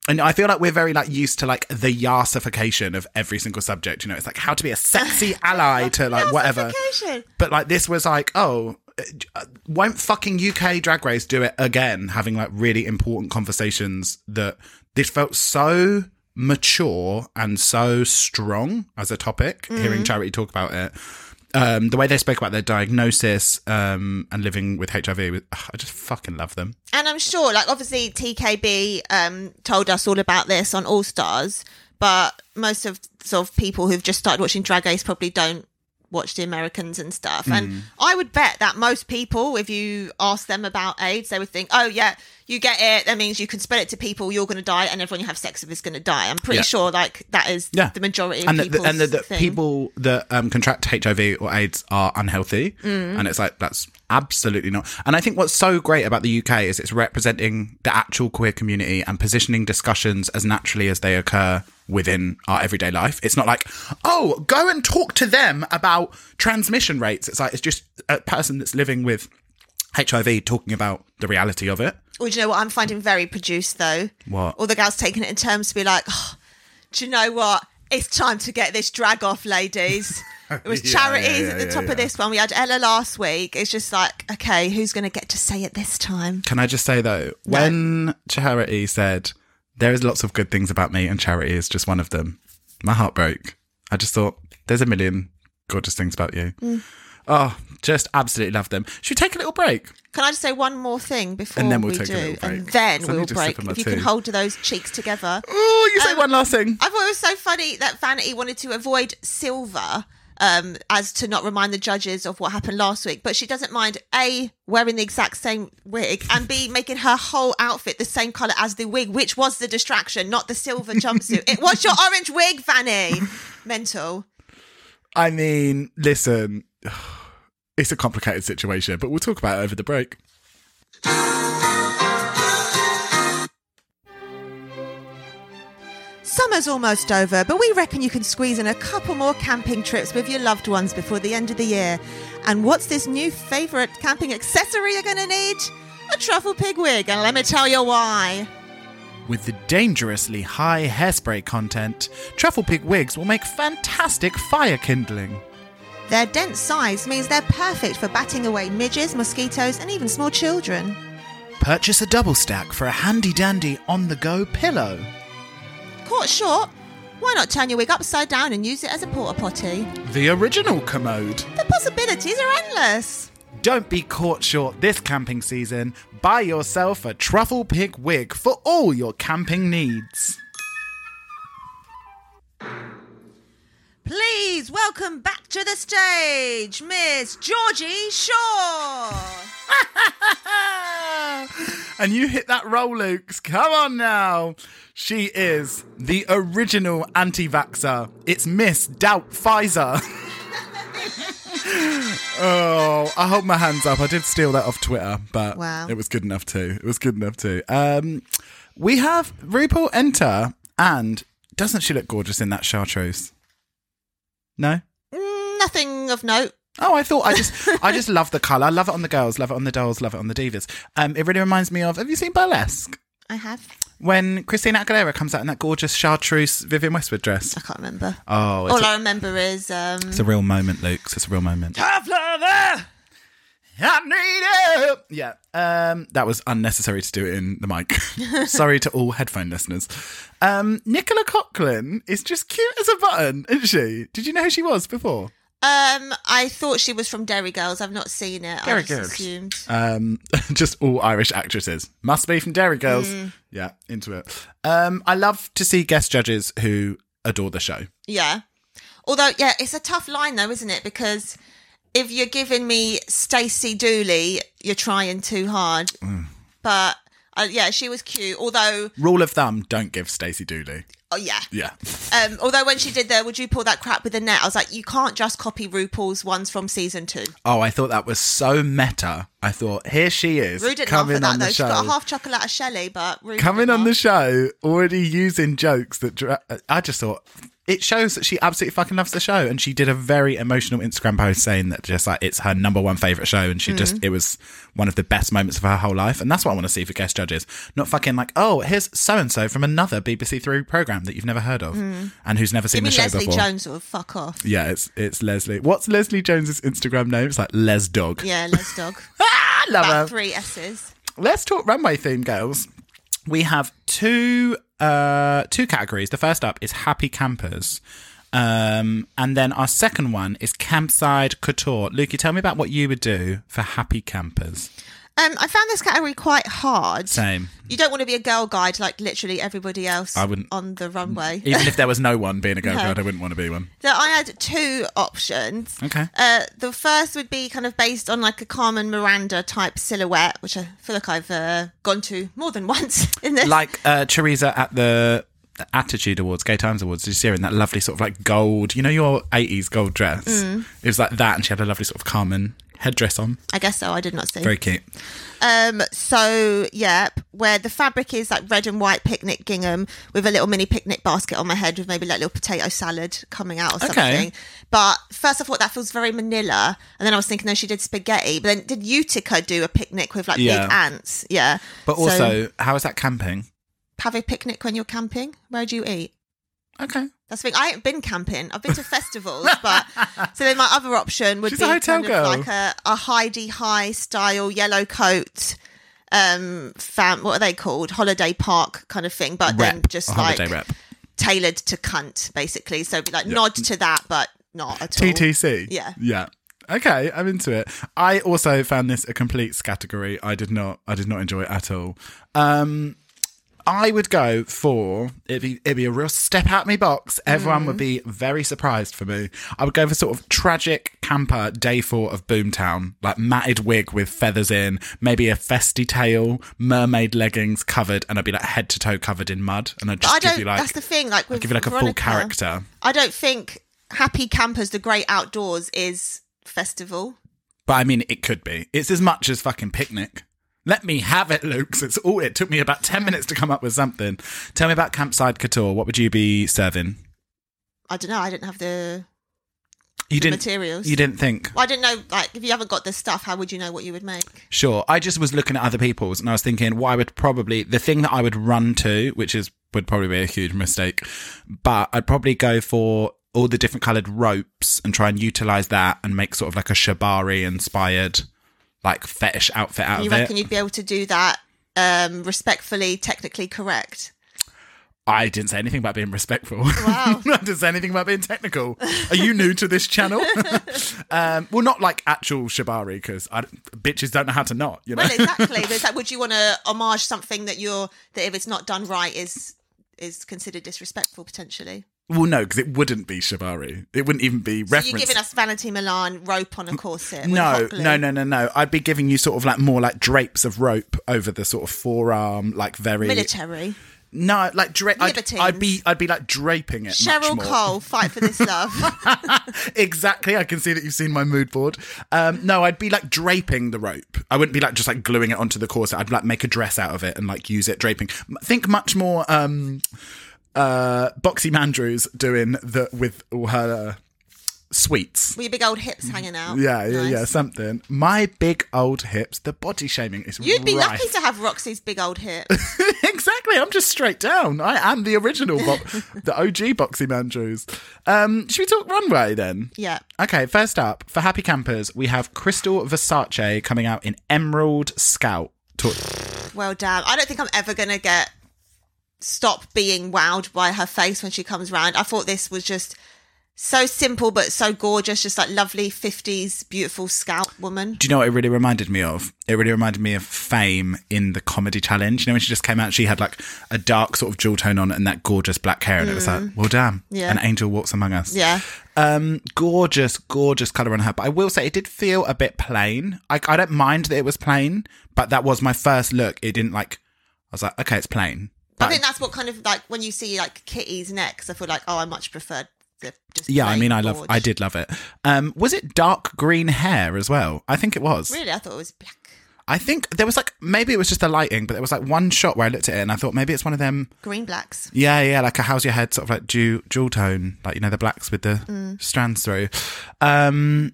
And I feel like we're very like used to like the yarsification of every single subject. You know, it's like how to be a sexy ally to like whatever. Justification. But like this was like, oh, uh, won't fucking UK Drag Race do it again? Having like really important conversations that this felt so mature and so strong as a topic. Hearing Charity talk about it, um, the way they spoke about their diagnosis um, and living with HIV, was- ugh, I just fucking love them. and i'm sure like obviously tkb um told us all about this on all stars but most of sort of people who've just started watching drag race probably don't watch the americans and stuff Mm. and i would bet that most people if you ask them about aids they would think oh yeah you get it that means you can spread it to people you're going to die and everyone you have sex with is going to die i'm pretty Yeah. sure like that is Yeah. the majority of and the, people's and the, the thing. people that um, contract HIV or AIDS are unhealthy, Mm. and it's like that's absolutely not. And I think what's so great about the UK is it's representing the actual queer community and positioning discussions as naturally as they occur within our everyday life. It's not like, oh, go and talk to them about transmission rates. It's like it's just a person that's living with HIV talking about the reality of it. Or do you know what I'm finding very produced though? What? All the girls taking it in terms to be like, "Oh, do you know what? It's time to get this drag off, ladies. It was Yeah, charities yeah, at the yeah, top yeah. of this one. We had Ella last week. It's just like, okay, who's going to get to say it this time? Can I just say though, when Charity said there is lots of good things about me and Charity is just one of them, my heart broke. I just thought there's a million gorgeous things about you. Oh, just absolutely love them. Should we take a little break? Can I just say one more thing before And then we'll we take a do? little break. And then So I need we'll to sip break. on my If you can tea. hold those cheeks together. Oh, you say one last thing. I thought it was so funny that Vanity wanted to avoid silver um, as to not remind the judges of what happened last week, but she doesn't mind A, wearing the exact same wig, and B, making her whole outfit the same colour as the wig, which was the distraction, not the silver jumpsuit. it was your orange wig, Vanny. Mental. I mean, listen, it's a complicated situation, but we'll talk about it over the break. Summer's almost over, but we reckon you can squeeze in a couple more camping trips with your loved ones before the end of the year. And what's this new favourite camping accessory you're going to need? A truffle pig wig, and let me tell you why. With the dangerously high hairspray content, Truffle Pig wigs will make fantastic fire kindling. Their dense size means they're perfect for batting away midges, mosquitoes, and even small children. Purchase a double stack for a handy dandy on the go pillow. Caught short? Why not turn your wig upside down and use it as a porta potty? The original commode. The possibilities are endless. Don't be caught short this camping season. Buy yourself a truffle pig wig for all your camping needs. Please welcome back to the stage, Miss Georgie Shaw. and you hit that roll, Luke's. Come on now. She is the original anti vaxxer. It's Miss Doubt Pfizer. oh, I hold my hands up. I did steal that off Twitter, but Wow. it was good enough too. It was good enough too. Um, we have RuPaul enter, and doesn't she look gorgeous in that chartreuse? No? Nothing of note. Oh, I thought I just I just love the colour. I love it on the girls, love it on the dolls, love it on the divas. Um, it really reminds me of have you seen burlesque? I have. when Christina Aguilera comes out in that gorgeous chartreuse Vivian Westwood dress? I can't remember. Oh, it's, All a, I remember is um, it's a real moment, Luke. It's a real moment. tough lover. I need it. Yeah, um, that was unnecessary to do it in the mic. Sorry to all headphone listeners. Um, Nicola Coughlin is just cute as a button, isn't she? Did you know who she was before? Um, I thought she was from Derry Girls. I've not seen it. I Derry just Girls. assumed. Um, just all Irish actresses. Must be from Dairy Girls. Hmm. Yeah, into it. Um, I love to see guest judges who adore the show. Yeah. Although, yeah, it's a tough line though, isn't it? Because if you're giving me Stacey Dooley, you're trying too hard. Mm. But uh, yeah, she was cute. Although, Rule of thumb: don't give Stacey Dooley. oh yeah. Yeah, Um, although when she did the "Would you pull that crap with a net?" I was like, you can't just copy RuPaul's ones from season two. Oh, I thought that was so meta. I thought, here she is Rue didn't laugh coming at that on though. the She show. got a half chocolate out of Shelley, but Rue coming didn't on the laugh. show, already using jokes that dra- I just thought it shows that she absolutely fucking loves the show. And she did a very emotional Instagram post saying that just like it's her number one favorite show, and she Hmm. just it was one of the best moments of her whole life. And that's what I want to see for guest judges, not fucking like oh here's so and so from another BBC Three program that you've never heard of and who's never you seen the mean show Hmm. Leslie before. Jones or fuck off? Yeah, it's it's Leslie. What's Leslie Jones's Instagram name? It's like Les Dog. Yeah, Les Dog. Ah, I love her About three S's. let's talk runway theme girls we have two uh two categories the first up is happy campers um and then our second one is campside couture lukey tell me about what you would do for happy campers Um, I found this category quite hard. same You don't want to be a girl guide like literally everybody else I wouldn't- Mm, on the runway. even if there was no one being a girl No. guide i wouldn't want to be one So I had two options. Okay. Uh, the first would be kind of based on like a Carmen Miranda type silhouette, which I feel like I've uh, gone to more than once in this. like uh teresa at the attitude awards gay times awards did you see her in that lovely sort of like gold you know your 80s gold dress Mm. it was like that and she had a lovely sort of carmen headdress on I guess so. I did not see. very cute Um, so yeah, where the fabric is like red and white picnic gingham with a little mini picnic basket on my head with maybe like little potato salad coming out or Okay. something. But first I thought that feels very manila. And then I was thinking, no, she did spaghetti. But then did Utica do a picnic with like Yeah. big ants? Yeah. but So, also how is that camping have a picnic when you're camping. Where do you eat? Okay. That's the thing. I haven't been camping. I've been to festivals, but so then my other option would She's be a hotel kind girl. of like a, a Heidi High style yellow coat, um, fam. What are they called? Holiday park kind of thing, but then Rep. just A like holiday rep. tailored to cunt, basically. So it'd be like nod to that, but not at all. TTC. Yeah. Yeah. Okay, I'm into it. I also found this a complete category. I did not I did not enjoy it at all. Um I would go for it'd be it'd be a real step out me box. Everyone would Mm-hmm. be very surprised for me. I would go for sort of tragic camper day four of Boomtown, like matted wig with feathers in, maybe a festy tail, mermaid leggings covered, and I'd be like head to toe covered in mud, and I'd just I give don't. you like that's the thing. Like, with give you like a full Veronica, character. I don't think Happy Campers, the Great Outdoors, is festival. But I mean, it could be. It's as much as fucking picnic. Let me have it, Luke. 'cause It's all. It took me about ten minutes to come up with something. Tell me about campside couture. What would you be serving? I don't know. I didn't have the. You The didn't materials. You didn't think. Well, I didn't know. Like, if you haven't got the stuff, how would you know what you would make? Sure. I just was looking at other people's and I was thinking, well, I would probably, the thing that I would run to, which is, would probably be a huge mistake, but I'd probably go for all the different colored ropes and try and utilize that and make sort of like a Shibari inspired, like fetish outfit out you of it. reckon you'd be able to do that um, respectfully, technically correct? I didn't say anything about being respectful. Wow. I didn't say anything about being technical. Are you new to this channel? um, well, not like actual shibari because bitches don't know how to knot. You know, Well, exactly. but it's like, would you want to homage something that you're that if it's not done right is is considered disrespectful potentially? well, no, because it wouldn't be shibari. It wouldn't even be So referenced. you're giving us Vanity Milan rope on a corset? with no, hot glue. no, no, no, no. I'd be giving you sort of like more like drapes of rope over the sort of forearm, like very Military. no, like dra- I'd, Libertines. I'd be, I'd be like draping it. much Cheryl more. Cole, fight for this love. exactly. I can see that you've seen my mood board. Um, no, I'd be like draping the rope. I wouldn't be like just like gluing it onto the corset. I'd like make a dress out of it and like use it draping. M- Think much more um, uh, Boxy Mandrews doing the with all her. Uh, sweets. With your big old hips hanging out. Yeah, yeah, Nice. yeah, something. My big old hips. The body shaming is You'd be rife. lucky to have Roxy's big old hips. exactly. I'm just straight down. I am the original, bo- the OG boxy Mandrews. Um, should we talk runway then? Yeah. Okay. First up for happy campers, we have Crystal Versace coming out in Emerald Scout. Talk- Well done. I don't think I'm ever going to get stop being wowed by her face when she comes round. I thought this was just so simple but so gorgeous, just like lovely 50s beautiful scalp woman. Do you know what it really reminded me of? It really reminded me of Fame in the comedy challenge. You know, when she just came out, she had like a dark sort of jewel tone on and that gorgeous black hair, and it was like, well, damn, Mm. Yeah. an angel walks among us. Yeah. Um, gorgeous, gorgeous color on her. But I will say, it did feel a bit plain. I, I don't mind that it was plain, but that was my first look. It didn't like. I was like, okay, it's plain. I But think that's what kind of like when you see like Kitty's necks, I feel like, oh, I much preferred the just. yeah, I plain mean, I love, gorge. I did love it. Um, was it dark green hair as well? I think it was. Really, I thought it was black, I think there was like maybe it was just the lighting, but there was like one shot where I looked at it and I thought maybe it's one of them. green blacks. Yeah, yeah, like a how's your head sort of like jewel, jewel tone, like you know the blacks with the Mm. strands through. Um,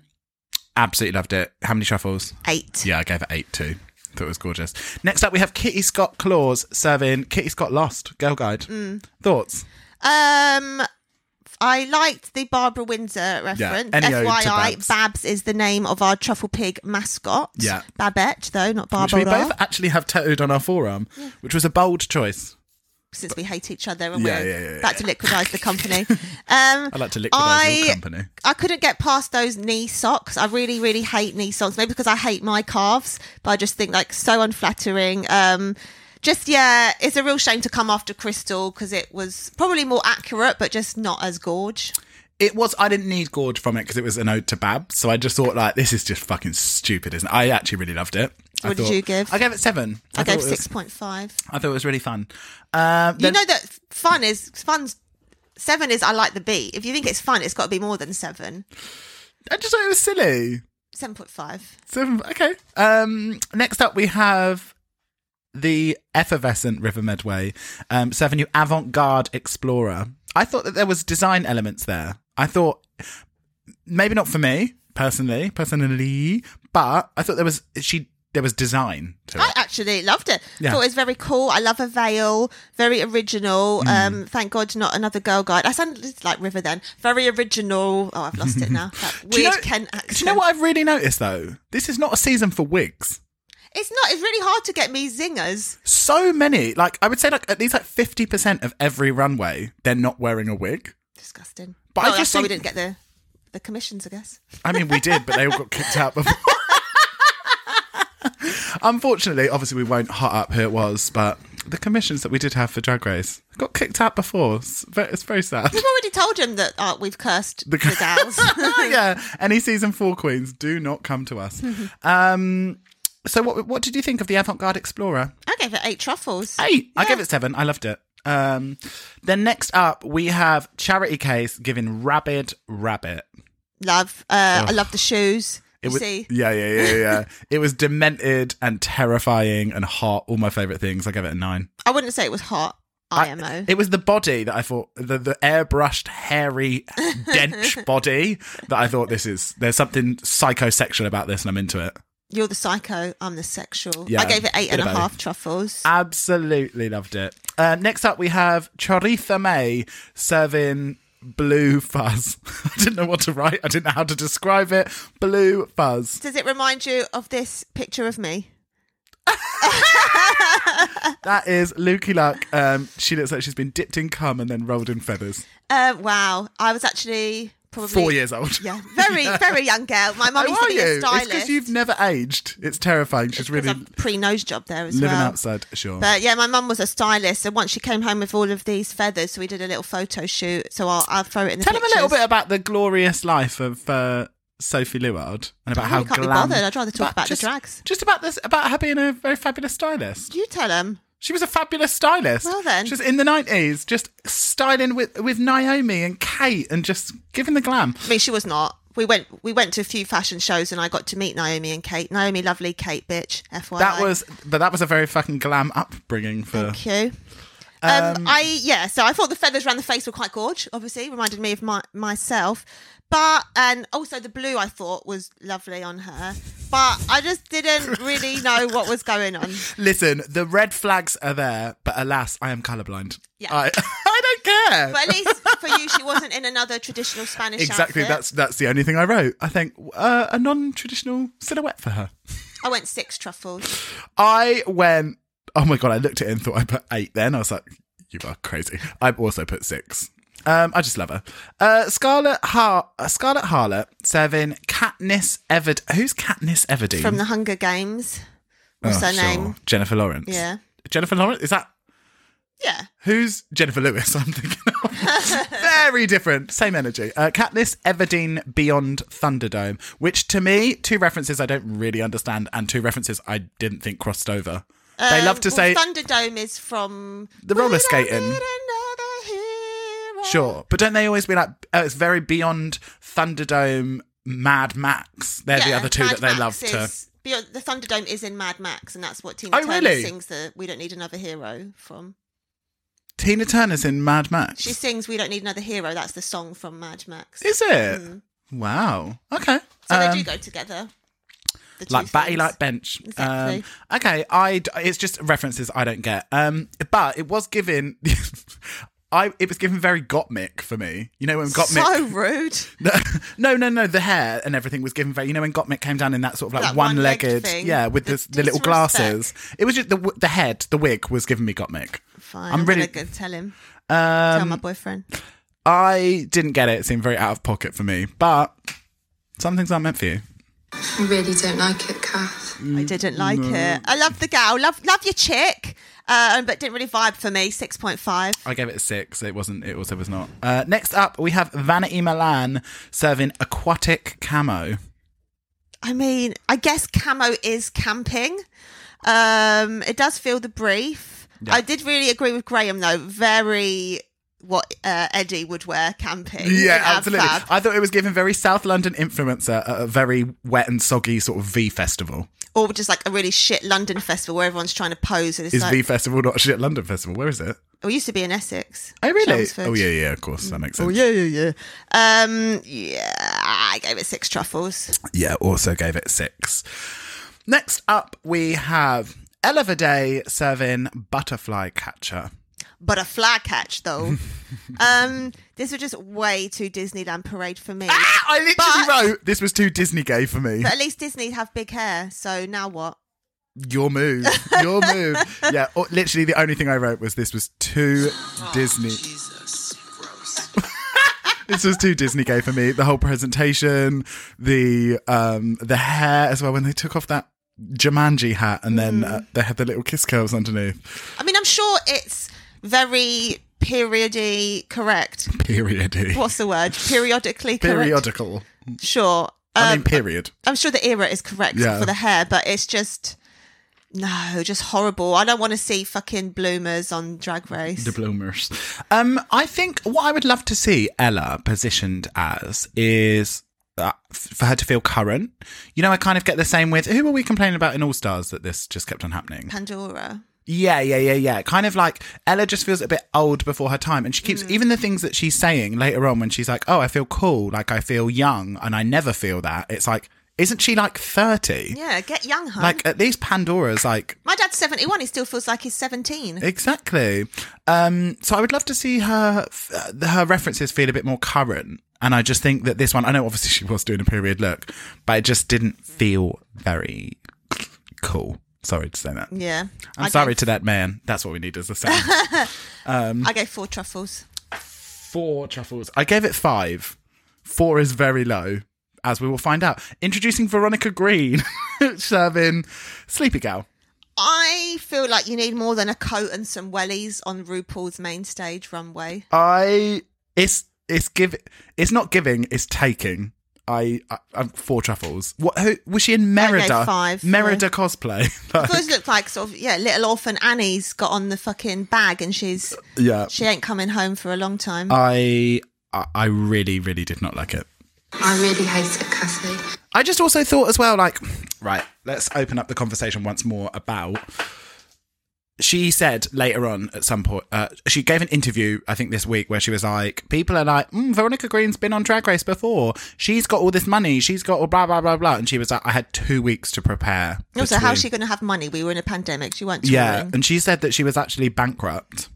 absolutely loved it. How many shuffles? Eight. Yeah, I gave it eight too. Thought it was gorgeous. Next up, we have Kitty Scott Claus serving Kitty Scott Lost Girl Guide. Mm. Thoughts? Um, I liked the Barbara Windsor reference. any ode E to FYI, Babs. Babs. is the name of our truffle pig mascot. Yeah. Babette though, not Which we Barbara. both actually have tattooed on our forearm, which was a bold choice. Since we hate each other and Yeah, we're yeah, yeah, yeah. about to liquidise the company. Um, I like to liquidise I- your company. I couldn't get past those knee socks. I really, really hate knee socks. Maybe because I hate my calves, but I just think like so unflattering. Um, just yeah, it's a real shame to come after Crystal because it was probably more accurate, but just not as gorge. It was. I didn't need gorge from it because it was an ode to Bab. So I just thought, like, this is just fucking stupid, isn't it? I actually really loved it. I What did thought- you give? I gave it seven. I, thought gave it was- six point five. I thought it was really fun. Um, You then- know that fun is fun's seven is I like the beat. If you think it's fun, it's got to be more than seven. I just thought it was silly. Seven point five. Seven. Okay. Um, next up, we have the effervescent River Medway, um, serving you avant-garde explorer. I thought that there was design elements there. I thought maybe not for me personally, personally, but I thought there was she there was design to it. I actually loved it. Yeah. Thought it was very cool. I love a veil, very original. Mm. Um, thank God, not another girl guide. I sounded like River then. Very original. Oh, I've lost it now. That weird Do you know- Ken accent. Do you know what I've really noticed though? This is not a season for wigs. It's not. It's really hard to get me zingers. So many, like I would say, like at least like fifty percent of every runway, they're not wearing a wig. Disgusting. But I oh, just that's why we think- didn't get the the commissions. I guess. I mean, we did, but they all got kicked out before. Unfortunately, obviously, we won't hot up who it was, but the commissions that we did have for Drag Race got kicked out before. It's very, it's very sad. We've already told him that uh, we've cursed the, gals. yeah, any season four queens do not come to us. um, so, what what did you think of the Avant Garde Explorer? I gave it eight truffles. Eight. I Yeah. gave it seven. I loved it. Um, then next up, we have Charity Case giving Rabid Rabbit. Love. Uh, I love the shoes. It you was, see. Yeah, yeah, yeah, yeah. it was demented and terrifying and hot. All my favorite things. I gave it a nine. I wouldn't say it was hot. IMO. It was the body that I thought the, the airbrushed, hairy, dench body that I thought this is. There's something psychosexual about this, and I'm into it. You're the psycho. I'm the sexual. Yeah, I gave it eight bit and a of both. half truffles. Absolutely loved it. Uh, next up, we have Charitha May serving blue fuzz. I didn't know what to write. I didn't know how to describe it. Blue fuzz. Does it remind you of this picture of me? That is Lukey Luck. Um, she looks like she's been dipped in cum and then rolled in feathers. Uh, wow, I was actually probably Four years old. Yeah, very very young girl. My mum How used to are be you? a It's stylist. because you've never aged. It's terrifying. She's really living pre nose job there as well. outside. Sure. But yeah, my mum was a stylist, and once she came home with all of these feathers, so we did a little photo shoot. So I'll, I'll throw it in the Tell them pictures. a little bit about the glorious life of uh, Sophie Leward and about I how really Oh, can't be glam- bothered. I'd rather talk about the just, drags. Just about this, about her being a very fabulous stylist. You tell them. She was a fabulous stylist. Well then. just in the nineties, just styling with with Naomi and Kate, and just giving the glam. I mean, she was not. We went we went to a few fashion shows, and I got to meet Naomi and Kate. Naomi, lovely Kate, bitch. FYI. That was, but that was a very fucking glam upbringing for. Thank you. Um, I yeah, so I thought the feathers around the face were quite gorge. Obviously, reminded me of my myself. But and also the blue I thought was lovely on her. But I just didn't really know what was going on. Listen, the red flags are there, but alas, I am colourblind. Yeah. I, I don't care. But at least for you, she wasn't in another traditional Spanish. exactly. outfit. That's that's the only thing I wrote. I think uh, a non-traditional silhouette for her. I went six truffles. I went. Oh my god! I looked at it and thought I put eight. Then I was like, "You are crazy." I also put six. Um, I just love her. Uh, Scarlet Har- uh, Scarlet Harlot, seven. Katniss Everd. Who's Katniss Everdeen? from the Hunger Games. Oh, What's her sure. name? Jennifer Lawrence. Yeah. Jennifer Lawrence. Is that Yeah. Who's Jennifer Lewis? I'm thinking of. Very different. Same energy. Uh, Katniss Everdeen Beyond Thunderdome, which to me, two references I don't really understand and two references I didn't think crossed over. they love to Um, say, well, Thunderdome is from The roller We don't skating. need another hero. sure, but don't they always be like, oh, it's very Beyond Thunderdome Mad Max? They're the Yeah, other two Mad that they love Max to. is- Beyond- The Thunderdome is in Mad Max, and that's what Tina Oh, Turner really? sings the "We Don't Need Another Hero" from. Tina Turner's in Mad Max. She sings "We Don't Need Another Hero." That's the song from Mad Max. Mm. Is it? Hmm. Wow. Okay. so Um, they do go together. the two like batty things. like bench Exactly. um, okay i d- it's just references i don't get um but it was given i it was given very gottmik for me you know when gottmik So rude. no no no the hair and everything was given very you know when gottmik came down in that sort of like That one-legged, one-legged thing. yeah with the, The the, little disrespect. glasses it was just the w- the head the wig was giving me gottmik Fine. I'm I'm, really- Um, really gonna go tell him. tell my boyfriend. i didn't get it it seemed very out of pocket for me but some things aren't meant for you I really don't like it, Kath. I didn't like it. I love the gal. Love love your chick. Uh, but didn't really vibe for me. Six point five. I gave it a six. It wasn't. It also was not. Uh, next up, we have Vanity Milan serving aquatic camo. I mean, I guess camo is camping. Um, it does feel the brief. I did really agree with Graham though. Very what uh, Eddie would wear camping. in Ab Fab. I thought it was given very South London influencer at a very wet and soggy sort of V festival. Or just like a really shit London festival where everyone's trying to pose. And it's Is like, V festival not shit London festival? Where is it? we used to be in Essex. Oh really? Chelmsford. Oh yeah, yeah. Of course, that makes sense. yeah, yeah, yeah. Um, yeah, I gave it six truffles. Yeah, also gave it six. Next up, we have Eleva Day serving butterfly catcher. But a flag catch though. um, this was just way too Disneyland parade for me. I literally But- wrote this was too Disney gay for me. But at least Disney have big hair, so now what? Your move. Your move. Yeah, or- literally the only thing I wrote was this was too Disney. Oh, Jesus, gross. This was too Disney gay for me. The whole presentation, the um the hair as well when they took off that Jumanji hat and then uh, they had the little kiss curls underneath. I mean, I'm sure it's very periody correct. Periody. What's the word? Periodically correct. Periodical. Sure. I Um, mean period. I'm sure the era is correct Yeah. for the hair, but it's just no, just horrible. I don't want to see fucking bloomers on Drag Race. bloomers. Um, I think what I would love to see Ella positioned as is uh, f- for her to feel current. You know, I kind of get the same with who were we complaining about in All Stars that this just kept on happening. Pandora. Yeah, yeah, yeah, yeah. Kind of like Ella just feels a bit old before her time, and she keeps even the things that she's saying later on when she's like, "Oh, I feel cool, like I feel young, and I never feel that." It's like, isn't she like thirty? Yeah, get young, hun. Like at least Pandora's like My dad's 71. He still feels like he's Eh. 17. Exactly. Um, so I would love to see her her references feel a bit more current. And I just think that this one, I know obviously she was doing a period look, but it just didn't feel very cool. Sorry to say that. yeah. I'm I sorry Gave, to that man. That's what we need as a sound. Um, I gave four truffles. Four truffles. I gave it five. Four is very low, as we will find out. Introducing Veronica Green, serving Sleepy Gal. I feel like you need more than a coat and some wellies on RuPaul's main stage runway. I it's it's give it's not giving, it's taking. I, I I'm four truffles. What who was she in Merida? five, Merida yeah. cosplay. It does look like sort of yeah, little orphan Annie's got on the fucking bag and she's yeah. she ain't coming home for a long Uh, time. I I I really really did not like it. I really hate it, Kathy. I just also thought as well like right, let's open up the conversation once more about she said later on at some point, uh, she gave an interview, I think this week, where she was like, people are like, mm, Veronica Green's been on Drag Race before. She's got all this money. She's got all blah, blah, blah, blah. And she was like, I had two weeks to prepare. Also, how's between- she going to have money? We were in a pandemic. She went to yeah, and she said that she was actually bankrupt.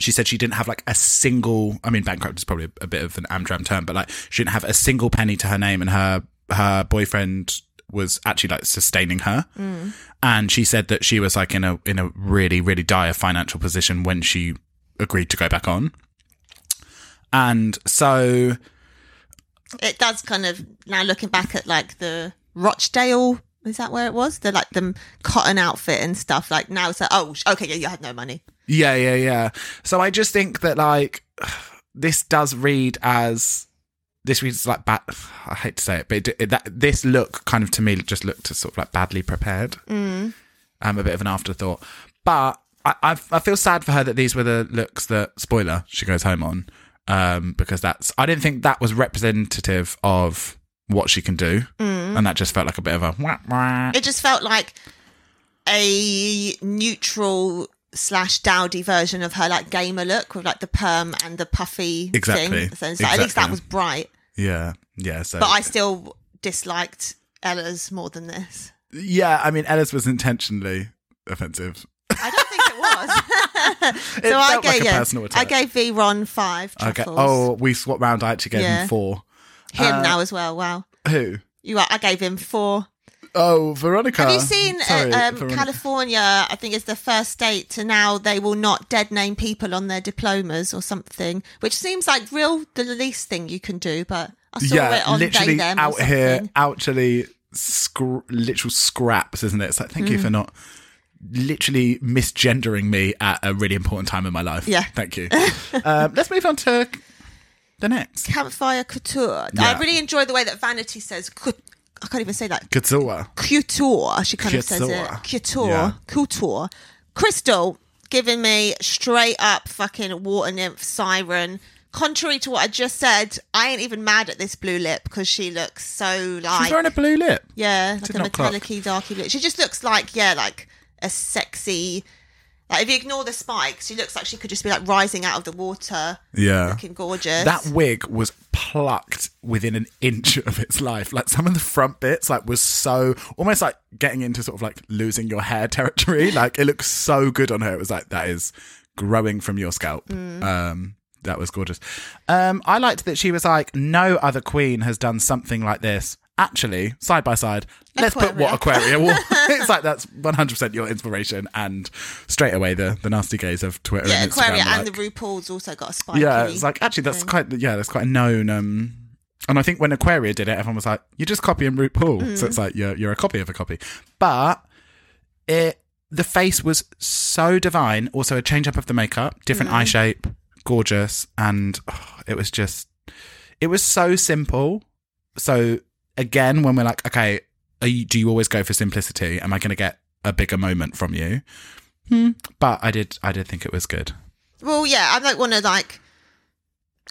She said she didn't have like a single. I mean, bankrupt is probably a bit of an Amtram term, but like she didn't have a single penny to her name, and her her boyfriend was actually like sustaining her. And she said that she was like in a in a really really dire financial position when she agreed to go back on. And so It does kind of now looking back at like the Rochdale. Is that where it was? The like the cotton outfit and stuff. Like now it's like, oh, sh- okay, yeah, you had no money. Yeah, yeah, yeah. So I just think that like this does read as this reads like bad. I hate to say it, but it, it- that this look kind of to me just looked as sort of like badly prepared. Mm. Um, a bit of an afterthought, but I, I I feel sad for her that these were the looks that spoiler she goes home on. Um, because that's I didn't think that was representative of what she can do, and that just felt like a bit of a wah, wah. Mm. It just felt like a neutral slash dowdy version of her like gamer look with like the perm and the puffy Exactly. thing. So it's like, at least Exactly. that was bright. yeah, yeah. So But I still disliked Ella's more than this. Yeah, I mean, Ellis was intentionally offensive. I don't think it was. It so I felt like gave a yeah, personal attack. I gave V Ron five Okay. truffles. Oh, we swapped round. I actually gave Yeah. him four. him uh, now as well. Wow, Who? you are. I gave him four. Oh, Veronica. Have you seen Sorry, uh, um, Veronica. California? I think it's the first state to now they will not dead name people on their diplomas or something, which seems like real the least thing you can do. But I saw Yeah, it on they, literally them or out here, something. actually, scr- literal scraps, isn't it? It's like, thank you for Hmm. not literally misgendering me at a really important time in my life. Yeah. Thank you. um, let's move on to the next. Campfire couture. I Yeah. really enjoy the way that Vanity says. "Cou- I can't even say that. Katsua. couture. She kind of says it. Couture. Couture. Yeah. Couture. Crystal giving me straight up fucking water nymph siren. Contrary to what I just said, I ain't even mad at this blue lip because she looks so She's like wearing a blue lip. yeah, like Did a not clock. metallic-y darky blue. She just looks like yeah, like a sexy. Like if you ignore the spikes, she looks like she could just be like rising out of the water, Yeah. looking gorgeous. That wig was plucked within an inch of its life. Like some of the front bits, like was so almost like getting into sort of like losing your hair territory. Like it looks so good on her. It was like that is growing from your scalp. Mm. Um, that was gorgeous. Um, I liked that she was like, no other queen has done something like this. Actually, side by side, let's put what Aquaria wore. it's like that's 100% your inspiration, and straight away the, the nasty gaze of Twitter yeah, and Instagram. Aquaria were and the like- RuPaul's also got a spiky. yeah, it's like actually that's quite yeah, that's quite a known. Um, and I think when Aquaria did it, everyone was like, "You're just copying RuPaul," so it's like you're you're a copy of a copy. But it the face was so divine. Also, a change up of the makeup, different eye shape, gorgeous, and oh, it was just it was so simple. So again, when we're like, okay, are you, do you always go for simplicity? Am I going to get a bigger moment from you? Hmm. But I did I did think it was good. Well, yeah, I don't want to like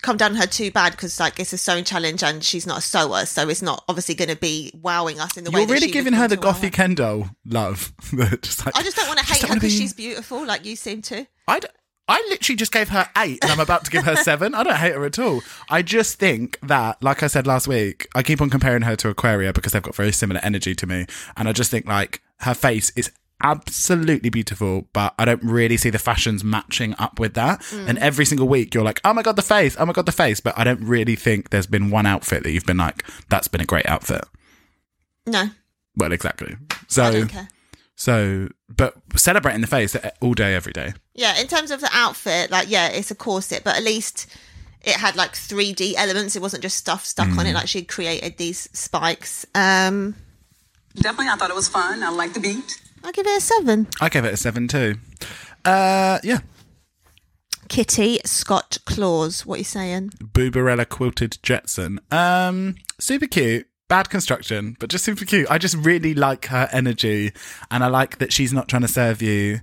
come down on her too bad because like it's a sewing challenge and she's not a sewer, so it's not obviously going to be wowing us in the way. You're that really she giving was her the going to wow gothy Kendall love. just like, us. I just don't want to hate her wanna because be- she's beautiful, like you seem to. I, d- I literally just gave her eight and I'm about to give her seven. I don't hate her at all. I just think that, like I said last week, I keep on comparing her to Aquaria because they've got very similar energy to me. And I just think like her face is absolutely beautiful, but I don't really see the fashions matching up with that. Mm. And every single week you're like, oh my God, the face. Oh my God, the face. But I don't really think there's been one outfit that you've been like, that's been a great outfit. No, Well, exactly. So I don't care. so, but celebrating the face all day, every day. Yeah, in terms of the outfit, like yeah, it's a corset, but at least it had like 3D elements. It wasn't just stuff stuck on Mm. it. Like she created these spikes. Um, Definitely, I thought it was fun. I liked the beat. I'll give it a seven. I gave it a seven too. Uh, yeah, Kitty Scott Claus. What are you saying? Booberella quilted Jetson. Um, super cute. Bad construction, but just super cute. I just really like her energy, and I like that she's not trying to serve you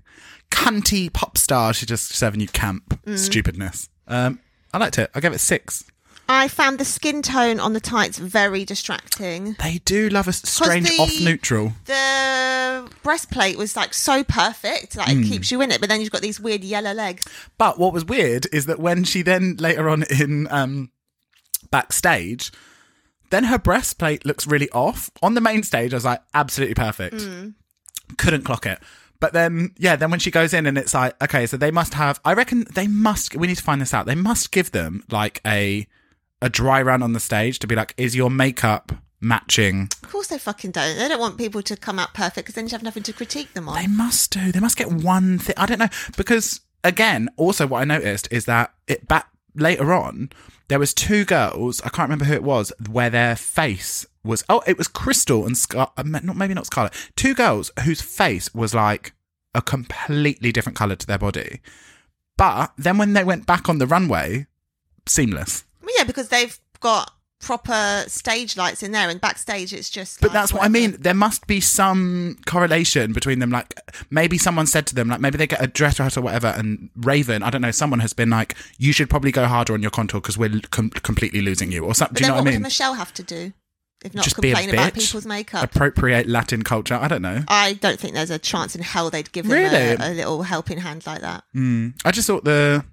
cunty Mm. pop star. She's just serving you camp stupidness. Um, I liked it. I gave it six. I found the skin tone on the tights very distracting. They do love a s- strange the- off neutral. The breastplate was like so perfect, like Hmm. it keeps you in it, but then you've got these weird yellow legs. But what was weird is that when she then later on in um, backstage, then her breastplate looks really off. On the main stage, I was like, absolutely perfect. Couldn't clock it. But then, yeah, then when she goes in and it's like, okay, so they must have, I reckon they must, we need to find this out. They must give them like a a dry run on the stage to be like, is your makeup matching? Of course, they fucking don't. They don't want people to come out perfect because then you have nothing to critique them They on. must do. They must get one thing. I don't know because again, also what I noticed is that it back later on there was two girls. I can't remember who it was where their face was. Oh, it was Crystal and Scar. uh, ma- Not maybe not Scarlet. Two girls whose face was like a completely different color to their body. But then when they went back on the runway, seamless. Well, yeah, because they've got proper stage lights in there, and backstage it's just. But like, that's what I whatever. mean. There must be some correlation between them. Like maybe someone said to them, like maybe they get a dress rehearsal or whatever, and Raven, I don't know, someone has been like, you should probably go harder on your contour because we're com- completely losing you, or something. But Do you then know what what I would mean? Michelle have to do if not Just be a complain about bitch. people's makeup? Appropriate Latin culture. I don't know. I don't think there's a chance in hell they'd give them Really? Mm. a, a little helping hand like that. I just thought the.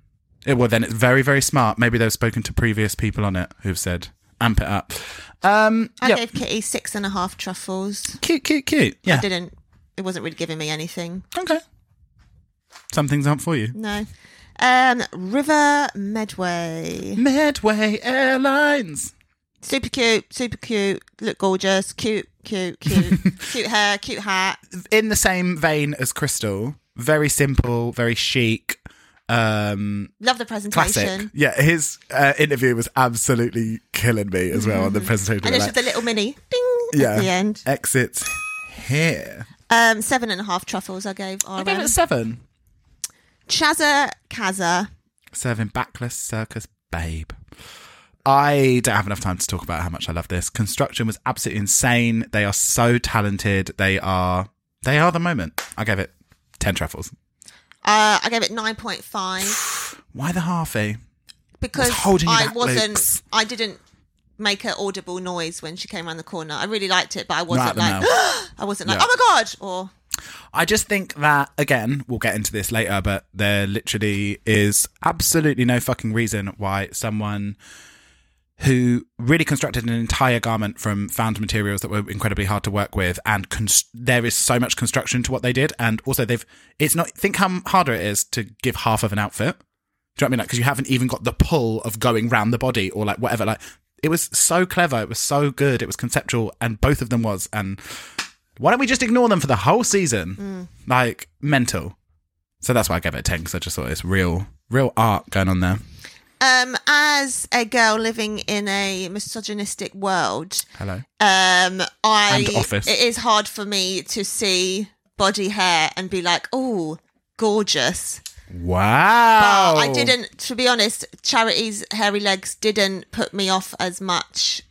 yeah, well, then it's very, very smart. Maybe they've spoken to previous people on it who've said, amp it up. Um, I yeah. gave Kitty six and a half truffles. Cute, cute, cute. Yeah. Didn't. It wasn't really giving me anything. Okay. Some things aren't for you. No. Um, River Medway. Medway Airlines. Super cute, super cute. Look gorgeous. Cute, cute, cute. cute hair, cute hat. in the same vein as Crystal, very simple, very chic, um, Love the classic. presentation. Yeah, his uh, interview was absolutely killing me as well on the presentation. Mm-hmm. And it's Like, just a little mini ding yeah, at the end. exits here. Um, seven and a half truffles I gave RM. I gave it seven. Chazza Kazza. Serving backless circus babe. I don't have enough time to talk about how much I love this. Construction was absolutely insane. They are so talented. They are they are the moment. I gave it ten truffles. Uh, I gave it 9.5 Why the halfie? because It's holding you I back, wasn't, Luke. Psst. I didn't make an audible noise when she came around the corner. I really liked it, but I at wasn't the like, I wasn't like, Yeah. oh my God, or I just think that again, we'll get into this later, but there literally is absolutely no fucking reason why someone who really constructed an entire garment from found materials that were incredibly hard to work with and const- there is so much construction to what they did and also they've it's not think how harder it is to give half of an outfit do you know what I mean? Like, because you haven't even got the pull of going round the body or like whatever. Like, it was so clever. It was so good. It was conceptual, and both of them was. And why don't we just ignore them for the whole season? Mm. Like, mental. So that's why I gave it a ten because I just thought it's real, real art going on there. um, as a girl living in a misogynistic world, Hello. um, I And office. it is hard for me to see body hair and be like, oh, gorgeous. Wow. But I didn't, to be honest, Charity's hairy legs didn't put me off as much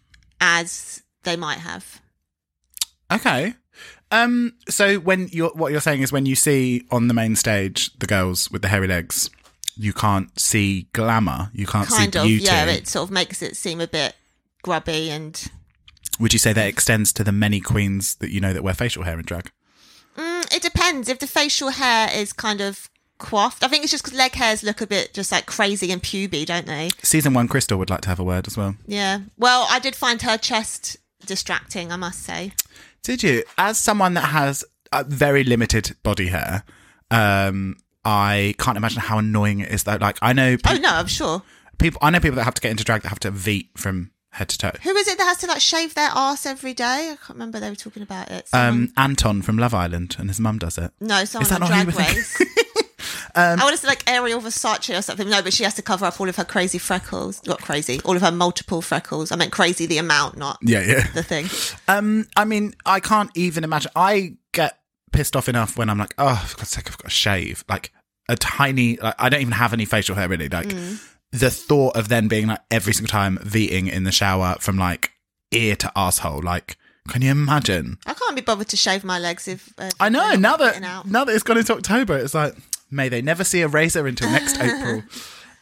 as they might have. Okay. Um. So when you're what you're saying is when you see on the main stage the girls with the hairy legs, you can't see glamour. You can't Kind see of, beauty. yeah, it sort of makes it seem a bit grubby and Would you say that extends to the many queens that you know that wear facial hair in drag? Mm, it depends if the facial hair is kind of coiffed. I think it's just because leg hairs look a bit just like crazy and puby, don't they? Season one, Crystal would like to have a word as well. Yeah. Well, I did find her chest distracting, I must say. Did you? As someone that has uh, very limited body hair, um, I can't imagine how annoying it is. Though, like I know pe- Oh no, I'm sure. people, I know people that have to get into drag that have to veet from head to toe. Who is it that has to like shave their ass every day? I can't remember. They were talking about it. Someone- Um, Anton from Love Island and his mum does it. no, someone is that on not Um, who you Drag were thinking? Race. I want to say like Ariel Versace or something. No, but she has to cover up all of her crazy freckles. Not crazy, all of her multiple freckles. I meant crazy the amount, not Yeah, yeah. the thing. Um, I mean, I can't even imagine. I get pissed off enough when I'm like, oh, for God's sake, I've got to shave. Like a tiny, like, I don't even have any facial hair really. Like the thought of then being like every single time veeting in the shower from like ear to asshole. Like, can you imagine? I can't be bothered to shave my legs if uh, I know. they're not Now that getting out. now that it's gone into October, it's like may they never see a razor until next April.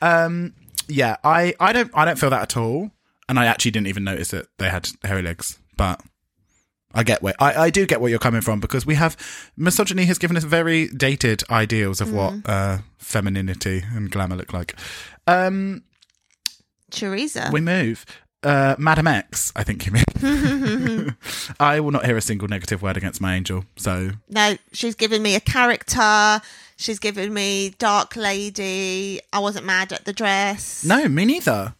Um, yeah, I, I don't I don't feel that at all, and I actually didn't even notice that they had hairy legs. But I get where I, I do get where you're coming from because we have misogyny has given us very dated ideals of Mm. what uh, femininity and glamour look like. Um, Chorizo. we move. Uh, Madam X, I think you mean. I will not hear a single negative word against my angel. So no, she's given me a character. She's given me Dark Lady. I wasn't mad at the dress. no, me neither.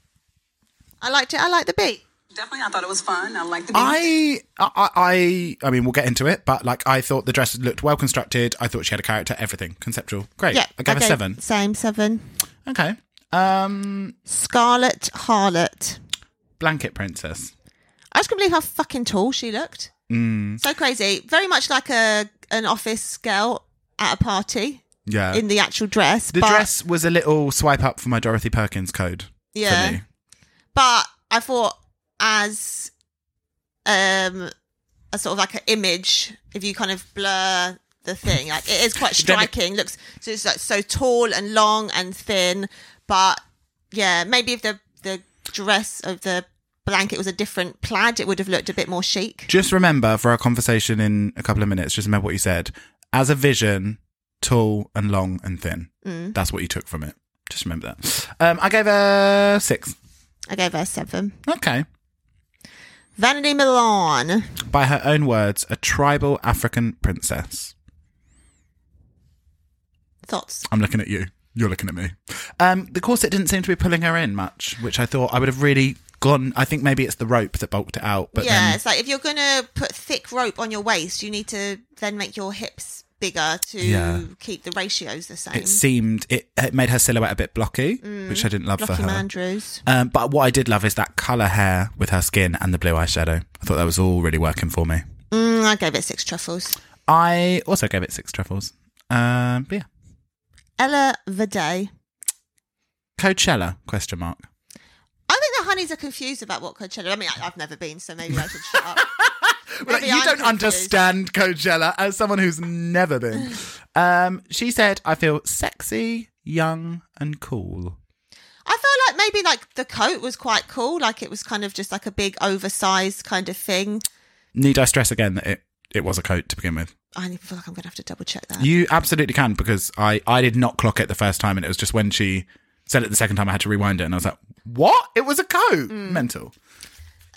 I liked it. I liked the beat. Definitely, I thought it was fun. I liked the beat. I, I, I, I mean, we'll get into it, but like, I thought the dress looked well constructed. I thought she had a character, everything conceptual. Great. Yeah. I gave her okay, seven. Same seven. Okay. Um, Scarlet Harlot. blanket princess. I just couldn't believe how fucking tall she looked. Mm. So crazy. Very much like a an office girl at a party Yeah. in the actual dress. the but, dress was a little swipe up for my Dorothy Perkins code. Yeah. For me. But I thought as um a sort of like an image, if you kind of blur the thing, like it is quite Then it- striking. Looks so it's like so tall and long and thin. But yeah, maybe if the the dress of the blanket was a different plaid, it would have looked a bit more chic. Just remember for our conversation in a couple of minutes, just remember what you said. As a vision, tall and long and thin. Mm. That's what you took from it. Just remember that. Um, I gave her six. I gave her a seven. Okay. Vanity Milan. By her own words, a tribal African princess. Thoughts? I'm looking at you. You're looking at me. Um, the corset didn't seem to be pulling her in much, which I thought I would have really gone. I think maybe it's the rope that bulked it out, but yeah, then it's like if you're gonna put thick rope on your waist, you need to then make your hips bigger to Yeah. keep the ratios the same. it seemed it, it made her silhouette a bit blocky, which I didn't love Lucky for her. Andrews. Um, but what I did love is that colour hair with her skin and the blue eyeshadow. I thought that was all really working for me. Mm, I gave it six truffles. I also gave it six truffles. Um, but yeah, Ella Vidae. Coachella question mark. I think the honeys are confused about what Coachella. I mean, I, I've never been, so maybe I should shut up. Like, Maybe you I'm don't confused. understand Coachella as someone who's never been. Um, she said, "I feel sexy, young, and cool." I felt like maybe like the coat was quite cool. Like it was kind of just like a big oversized kind of thing. Need I stress again that it it was a coat to begin with? I need- feel like I'm gonna have to double check that. You absolutely can because I I did not clock it the first time, and it was just when she said it the second time I had to rewind it, and I was like, "What? It was a coat? Mental."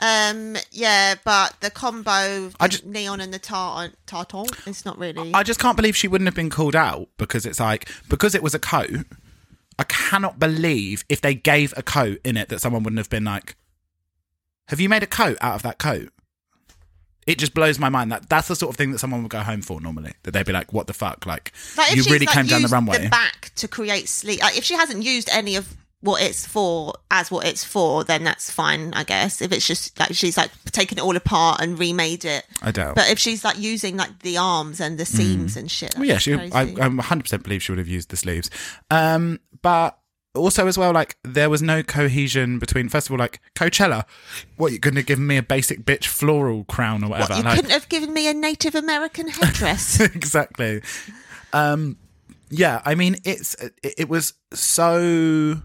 Um, yeah, but the combo, the I just- neon and the tar- tartan, it's not really. I just can't believe she wouldn't have been called out because it's like because it was a coat. I cannot believe if they gave a coat in it that someone wouldn't have been like, "Have you made a coat out of that coat?" It just blows my mind. That that's the sort of thing that someone would go home for normally. That they'd be like, "What the fuck?" Like, Like, if you she's, really like, came down the used runway. back to create sleep. Like, if she hasn't used any of what it's for as what it's for, then that's fine, I guess. If it's just like she's like taken it all apart and remade it, I doubt. But if she's like using like the arms and the seams and shit, Mm. Well, yeah, that's she. I, crazy. I'm 100 percent believe she would have used the sleeves. Um, but also as well, like there was no cohesion between. First of all, like Coachella, what you couldn't have given me a basic bitch floral crown or whatever. you like, couldn't have given me a Native American headdress. exactly. Um, yeah, I mean, it's it, it was so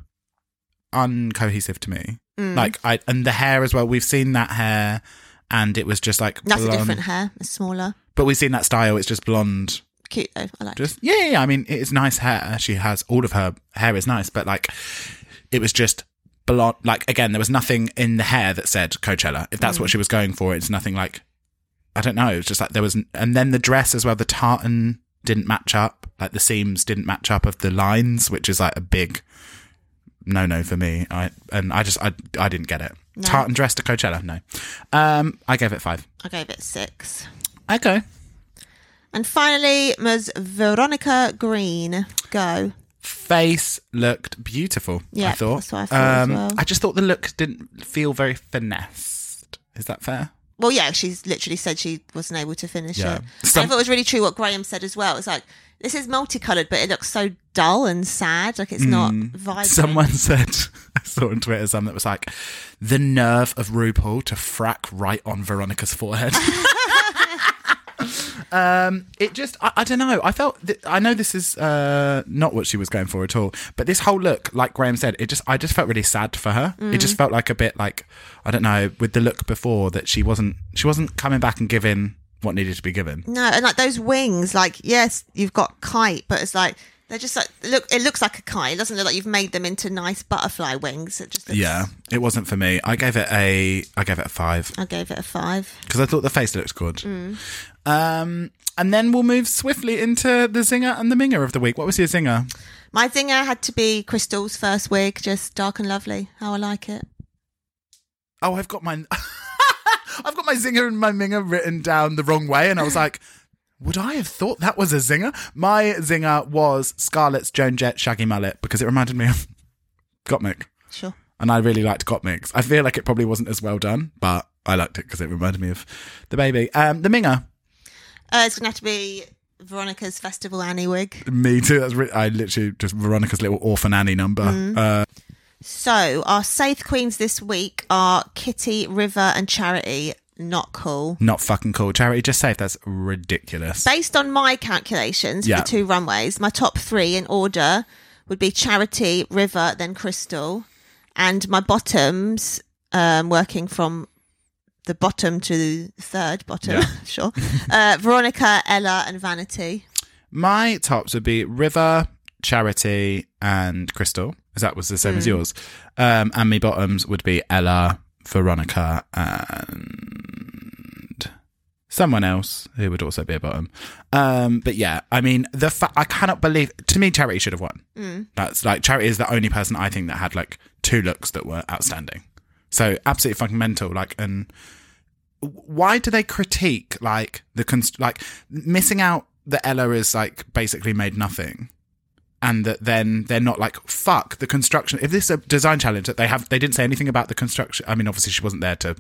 uncohesive to me. Mm. Like, I and the hair as well. We've seen that hair, and it was just like that's a blonde- different hair, it's smaller, But we've seen that style. It's just blonde. cute though. I like. it. Just yeah, yeah, yeah. I mean, it's nice hair. She has all of her hair is nice, but like, it was just blonde. Like again, there was nothing in the hair that said Coachella. If that's what she was going for, it's nothing like. I don't know. It was just like there was, and then the dress as well. The tartan didn't match up. Like the seams didn't match up of the lines, which is like a big no no for me. I and I just I I didn't get it. Tartan dress to Coachella, no. Um, I gave it five. I gave it six. Okay. And finally, Ms. Veronica Green. Go. face looked beautiful. Yeah, I thought. that's what I thought as Um, well. I just thought the look didn't feel very finessed. Is that fair? Well, yeah, she's literally said she wasn't able to finish Yeah. it. Some- And I thought it was really true what Graham said as well. It's like, this is multicolored, but it looks so dull and sad. Like, it's not vibrant. Hmm. Someone said, I saw on Twitter something that was like, the nerve of RuPaul to frack right on Veronica's forehead. Um, it just, I, I don't know. I felt, th- I know this is uh, not what she was going for at all, but this whole look, like Graham said, it just, I just felt really sad for her. It just felt like a bit like, I don't know, with the look before that she wasn't, she wasn't coming back and giving what needed to be given. No, and like those wings, like yes, you've got kite, but it's like they're just like look. It looks like a kite. It doesn't look like you've made them into nice butterfly wings. It just looks, Yeah, it wasn't for me. I gave it a, I gave it a five I gave it a five. because I thought the face looked good. Um, and then we'll move swiftly into the zinger and the minger of the week. What was your zinger? My zinger had to be Crystal's first wig, just dark and lovely. How I like it. oh, I've got my, I've got my zinger and my minger written down the wrong way, and I was like, would I have thought that was a zinger? My zinger was Scarlett's Joan Jett shaggy mullet because it reminded me of Gottmik, Sure. and I really liked Gottmik's. I feel like it probably wasn't as well done, but I liked it because it reminded me of the baby. Um, the minger, Uh, it's gonna have to be Veronica's festival Annie wig. me too. That's re- I literally just Veronica's little orphan Annie number. Uh, So our safe queens this week are Kitty, River, and Charity. Not cool. not fucking cool. Charity, just safe. That's ridiculous. Based on my calculations Yeah. for the two runways, my top three in order would be Charity, River, then Crystal, and my bottoms, um, working from the bottom to the third bottom, sure. Uh, Veronica, Ella, and Vanity. My tops would be River, Charity, and Crystal. As that was the same as yours. Um, and my bottoms would be Ella, Veronica, and someone else who would also be a bottom. Um, but yeah, I mean, the fa- I cannot believe. To me, Charity should have won. That's like Charity is the only person I think that had like two looks that were outstanding. So absolutely fucking mental. Like, and why do they critique like the const- like missing out that Ella is like basically made nothing, and that then they're not like fuck the construction. If this is a design challenge that they have, they didn't say anything about the construction. I mean, obviously she wasn't there to.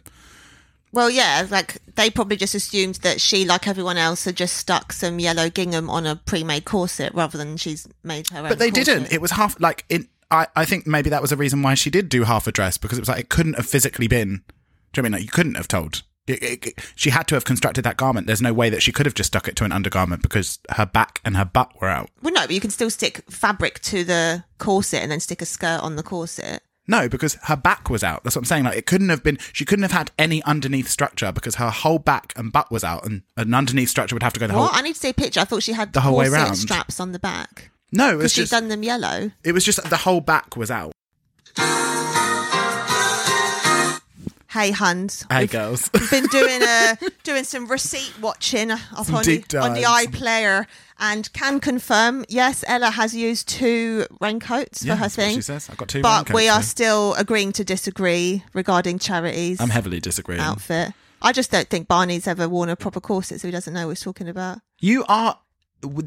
Well, yeah, like they probably just assumed that she, like everyone else, had just stuck some yellow gingham on a pre-made corset rather than she's made her own. But they corset. didn't. It was half like it. I I think maybe that was a reason why she did do half a dress because it was like it couldn't have physically been. Do you know what I mean like you couldn't have told? It, it, it- she had to have constructed that garment. There's no way that she could have just stuck it to an undergarment because her back and her butt were out. Well, no, but you can still stick fabric to the corset and then stick a skirt on the corset. No, because her back was out. That's what I'm saying. Like it couldn't have been. She couldn't have had any underneath structure because her whole back and butt was out, and an underneath structure would have to go the What? whole. I need to see a picture. I thought she had The whole way corset round. straps on the back No, it was because she'd just. done them yellow. it was just that the whole back was out. Hey, Huns. Hey We've- girls. We've been doing uh, doing some receipt watching up Some on, deep the, on the dives. iPlayer and can confirm, yes, Ella has used two raincoats Yeah, for her that's what thing. she says. I've got two But we raincoats, are yeah. still agreeing to disagree regarding charities I'm heavily disagreeing. outfit. I just don't think Barney's ever worn a proper corset, so he doesn't know what he's talking about. You are.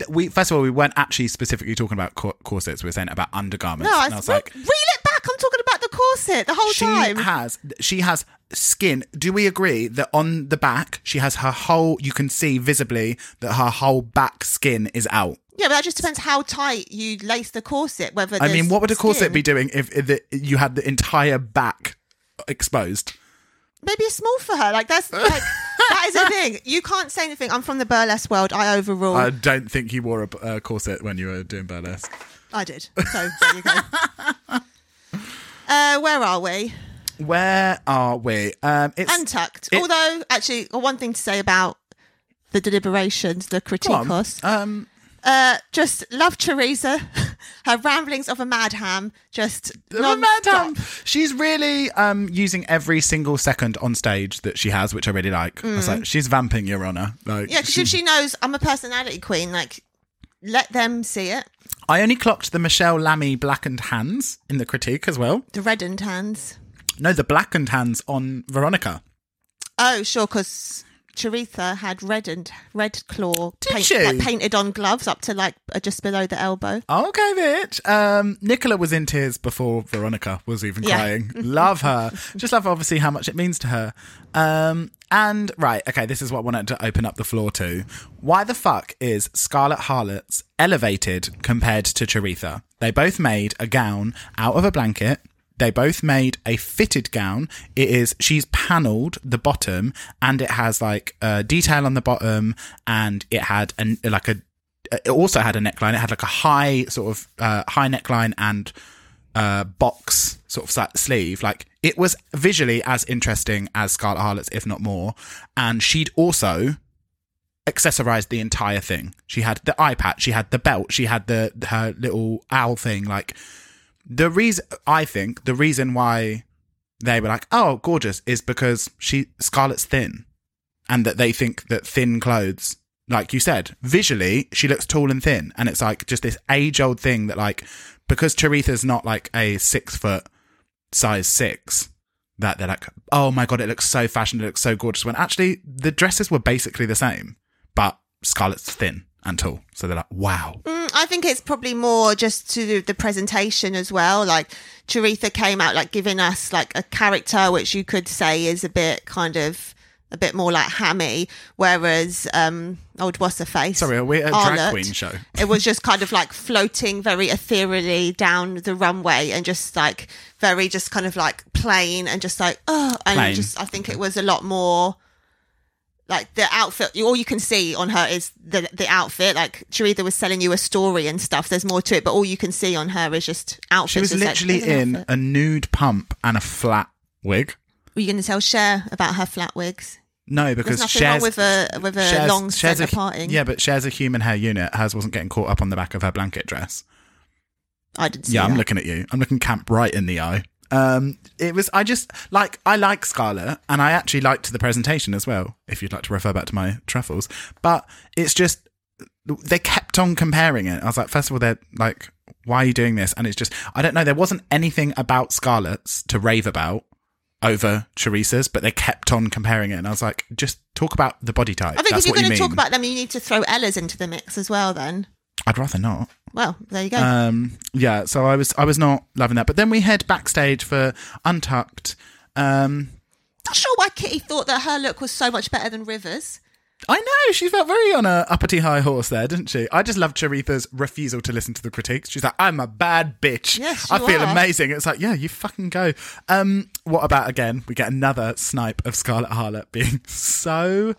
We first of all, we weren't actually specifically talking about cor- corsets. We were saying about undergarments. No, I, and I was re- like, reel it back. I'm talking about the corset the whole she time. has she has skin. Do we agree that on the back she has her whole? You can see visibly that her whole back skin is out. yeah, but that just depends how tight you lace the corset. Whether I mean, there's what would a corset skin. be doing if, if the, you had the entire back exposed? maybe it's small for her. Like that's like that is a thing. You can't say anything. I'm from the burlesque world. I overrule. I I, don't think you wore a uh, corset when you were doing burlesque. did. So there you go. Uh, where are we? Where are we? Um, it's Untucked. it- Although, actually, one thing to say about the deliberations, the Go on. criticos. Um, Uh, just love Teresa. Her ramblings of a mad ham. Just Oh, non-stop. madam. She's really um, using every single second on stage that she has, which I really like. I was like, she's vamping, Your Honor. Like, Mm. Yeah, because if she knows I'm a personality queen, like let them see it. I only clocked the Michelle Lammy blackened hands in the critique as well. The reddened hands. No, the blackened hands on Veronica. Oh, sure, because Charitha had reddened red claw paint, she? like, painted on gloves up to like uh, just below the elbow. Okay, bitch. Um, Nicola was in tears before Veronica was even Yeah. crying. love her. Just love, obviously, how much it means to her. Um, and right, okay, this is what I wanted to open up the floor to. Why the fuck is Scarlet Harlots elevated compared to Charitha? They both made a gown out of a blanket. They both made a fitted gown. It is she's panelled the bottom, and it has like a detail on the bottom, and it had an like a. It also had a neckline. It had like a high sort of uh, high neckline and uh, box sort of sat sleeve. Like it was visually as interesting as Scarlet Harlot's, if not more. And she'd also accessorized the entire thing. She had the eye patch, she had the belt, she had the her little owl thing. Like the reason I think the reason why they were like, "Oh, gorgeous," is because she Scarlet's thin, and that they think that thin clothes, like you said, visually she looks tall and thin, and it's like just this age old thing that like because Taritha's not like a six foot size six. That they're like, oh my god, it looks so fashionable, it looks so gorgeous. When actually the dresses were basically the same, but Scarlett's thin and tall, so they're like, wow, Mm, I think it's probably more just to do with the presentation as well. Like Charitha came out like giving us like a character which you could say is a bit kind of a bit more like hammy, whereas um old what's her face? Sorry, are we at a drag Harlot, queen show? it was just kind of like floating very ethereally down the runway and just like very just kind of like plain and just like oh and Plain. just I think it was a lot more like the outfit you- all you can see on her is the the outfit like Teresa was selling you a story and stuff there's more to it but all you can see on her is just outfits She was It's like, literally there's an in outfit. a nude pump and a flat wig. were you going to tell Cher about her flat wigs No, because there's nothing Cher's, wrong with a with a Cher's- long Cher's centre a- parting Yeah, but shares a human hair unit. Hers wasn't getting caught up on the back of her blanket dress. I didn't see Yeah, I'm that. looking at you. I'm looking camp right in the eye. Um, it was. I just like. I like Scarlet, and I actually liked the presentation as well. If you'd like to refer back to my truffles, but it's just they kept on comparing it. I was like, first of all, they're like, why are you doing this? And it's just, I don't know. There wasn't anything about Scarlet's to rave about over Teresa's, but they kept on comparing it, and I was like, just talk about the body type. I think That's if you're what going you to mean. talk about them you need to throw Ella's into the mix as well then I'd rather not. well there you go Um, yeah, so I was I was not loving that. But then we head backstage for Untucked. Um, not sure why Kitty thought that her look was so much better than Rivers. I know she felt very on a uppity high horse there, didn't she? I just love Charitha's refusal to listen to the critiques. She's like, "I'm a bad bitch. Yes, I you feel are." amazing." It's like, yeah, you fucking go. Um, what about again? We get another snipe of Scarlet Harlot being so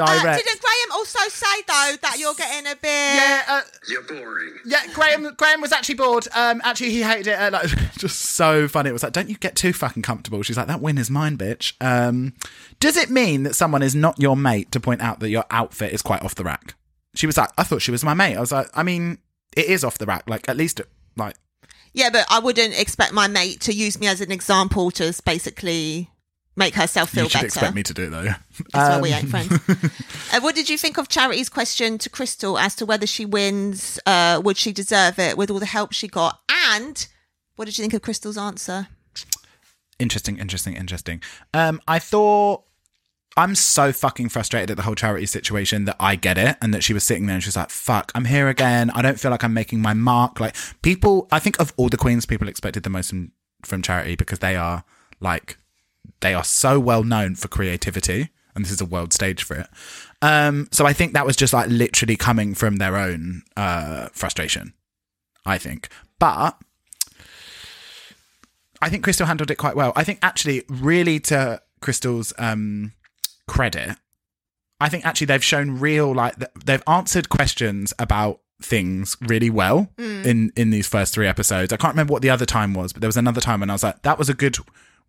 Uh, direct. didn't Graham also say though that you're getting a bit? yeah, uh, You're boring. Yeah, Graham. Graham was actually bored. Um, actually, he hated it. Uh, like, just so funny. It was like, don't you get too fucking comfortable? She's like, that win is mine, bitch. Um, does it mean that someone is not your mate to point out that your outfit is quite off the rack? She was like, I thought she was my mate. I was like, I mean, it is off the rack. Like, at least, it, like, Yeah, but I wouldn't expect my mate to use me as an example to s- basically make herself feel you should better. expect me to Um, do though. That's why we ain't friends. uh, what did you think of Charity's question to Crystal as to whether she wins? Uh, would she deserve it with all the help she got? And what did you think of Crystal's answer? Interesting, interesting, interesting. Um, I thought I'm so fucking frustrated at the whole charity situation that I get it, and that she was sitting there and she was like, "Fuck, I'm here again. I don't feel like I'm making my mark." Like people, I think of all the queens, people expected the most from, from charity because they are like they are so well known for creativity, and this is a world stage for it. Um, so I think that was just like literally coming from their own uh, frustration. I think, but I think Crystal handled it quite well. I think actually, really to Crystal's um, credit, I think actually they've shown real like th- they've answered questions about things really well Hmm. in in these first three episodes. I can't remember what the other time was, but there was another time when I was like, that was a good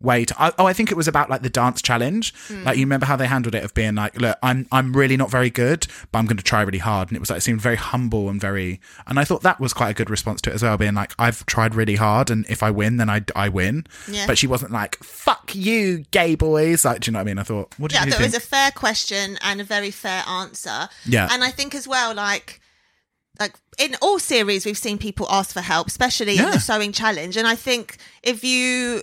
way to. I, oh, I think it was about like the dance challenge. Hmm. Like you remember how they handled it of being like, look, I'm I'm really not very good, but I'm going to try really hard. And it was like it seemed very humble and very. And I thought that was quite a good response to it as well, being like, I've tried really hard, and if I win, then I I win. Yeah. But she wasn't like, fuck you, gay boys. Like, do you know what I mean? I thought, what did yeah, I you thought think? it was a fair question and a very fair answer. Yeah. and I think as well, like, like in all series, we've seen people ask for help, especially in Yeah. the sewing challenge. And I think if you,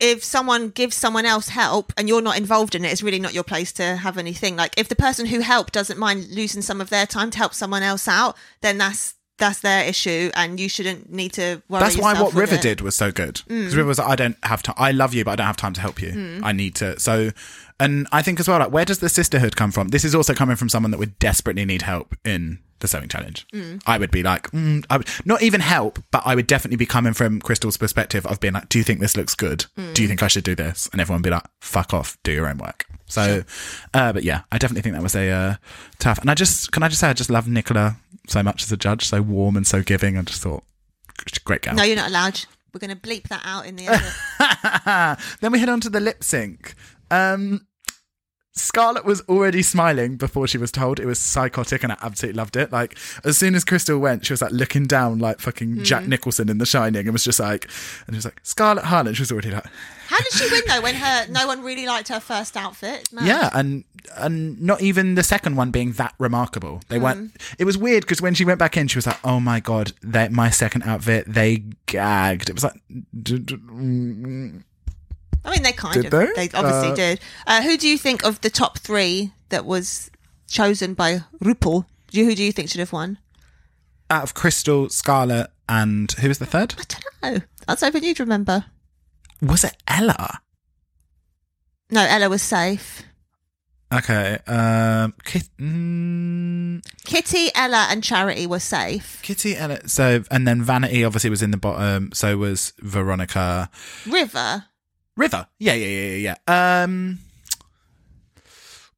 if someone gives someone else help and you're not involved in it, it's really not your place to have anything. Like, if the person who helped doesn't mind losing some of their time to help someone else out, then that's that's their issue, and you shouldn't need to worry. That's why yourself what with River it. did was so good. Because River was like, I don't have time. I love you, but I don't have time to help you. I need to. So, and I think as well, like, where does the sisterhood come from? This is also coming from someone that would desperately need help in the sewing challenge. I would be like, mm, I would not even help, but I would definitely be coming from Crystal's perspective of being like, do you think this looks good? Do you think I should do this? And everyone would be like, fuck off, do your own work. So, uh, but yeah, I definitely think that was a uh, tough. And I just, can I just say, I just love Nicola so much as a judge, so warm and so giving. I just thought, great gal. No, you're not allowed. We're going to bleep that out in the edit. then we head on to the lip sync. Um, Scarlett was already smiling before she was told. It was psychotic, and I absolutely loved it. Like as soon as Crystal went, she was like looking down, like fucking Jack Nicholson in The Shining, and was just like, and she was like Scarlett Harlan. She was already like, How did she win though? When her no one really liked her first outfit. It's mad. yeah, and and not even the second one being that remarkable. They weren't. It was weird because when she went back in, she was like, "Oh my god, that my second outfit." They gagged. It was like, d- d- mm, I mean they kind Did of. they? They, obviously Uh, did. Uh, who do you think of the top three that was chosen by RuPaul? Do you, who do you think should have won? out of Crystal, Scarlett, and who was the third? I don't know. That's over you'd remember. Was it Ella? No, Ella was safe. Okay. Um, Kit- mm, Kitty, Ella, and Charity were safe. Kitty Ella. So, and then Vanity obviously was in the bottom. So was Veronica River. River. Yeah, yeah, yeah, yeah. yeah. Um.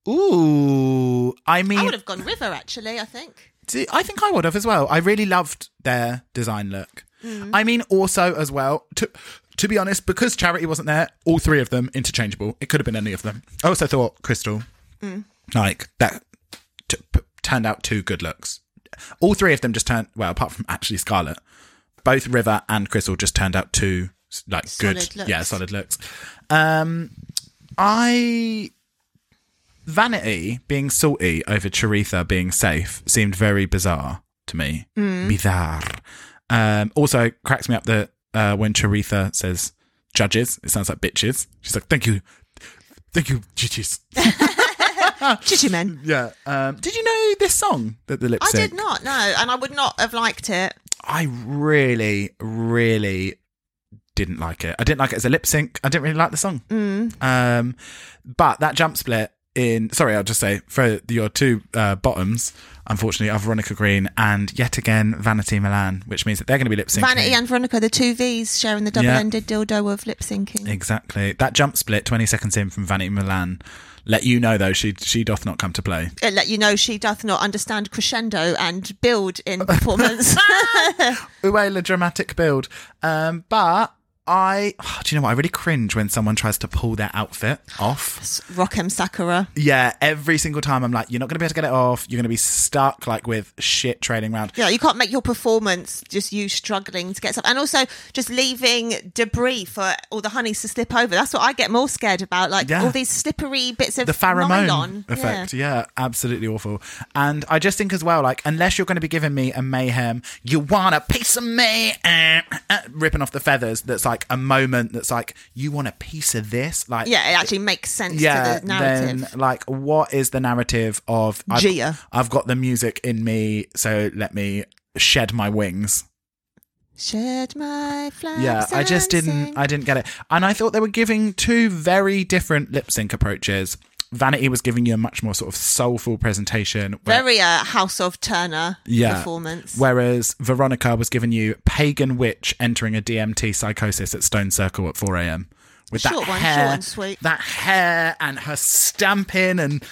Ooh, I mean, I would have gone River actually. I think. See, I think I would have as well. I really loved their design look. Mm. I mean, also as well to to be honest, because Charity wasn't there, all three of them interchangeable. It could have been any of them. I also thought Crystal, Mm. like that, t- p- turned out two good looks. All three of them just turned well, apart from actually Scarlet. Both River and Crystal just turned out two like good, Solid looks. yeah, solid looks. Um, I Vanity being salty over Charitha being safe seemed very bizarre to me. Hmm. Bizarre. Um, also, it cracks me up that uh, when Charitha says judges, it sounds like bitches. She's like, thank you. Thank you, judges. Chichi men. yeah. Um, did you know this song that the lip I sync? did not know, and I would not have liked it. I really, really didn't like it. I didn't like it as a lip sync. I didn't really like the song. Mm. Um, but that jump split in sorry, I'll just say for your two uh, bottoms, unfortunately, are Veronica Green and yet again Vanity Milan, which means that they're going to be lip syncing. Vanity and Veronica, the two V's sharing the double-ended dildo of lip syncing. exactly that jump split twenty seconds in from Vanity Milan. Let you know though, she she doth not come to play. It uh, let you know she doth not understand crescendo and build in performance. Uela dramatic build. Um, but I do you know what? I really cringe when someone tries to pull their outfit off. Rockham Sakura. Yeah, every single time I'm like, you're not going to be able to get it off. You're going to be stuck like with shit trailing round. Yeah, you can't make your performance just you struggling to get stuff, and also just leaving debris for all the honeys to slip over. That's what I get more scared about, like Yeah. all these slippery bits of The pheromone nylon. effect. Yeah. Yeah. absolutely awful. And I just think as well, like, unless you're going to be giving me a mayhem, you want a piece of me, eh, eh, ripping off the feathers. That's like a moment that's like, you want a piece of this? Like, Yeah, it actually makes sense yeah, to the narrative. then like what is the narrative of I've, Gia. I've got the music in me, so let me shed my wings. Shed my flags. yeah i just and didn't sing. i didn't get it and i thought they were giving two very different lip sync approaches vanity was giving you a much more sort of soulful presentation where- Very uh, House of Turner yeah performance. whereas veronica was giving you pagan witch entering a dmt psychosis at stone circle at 4am with that Short one, short hair and sweet. that hair and her stamping and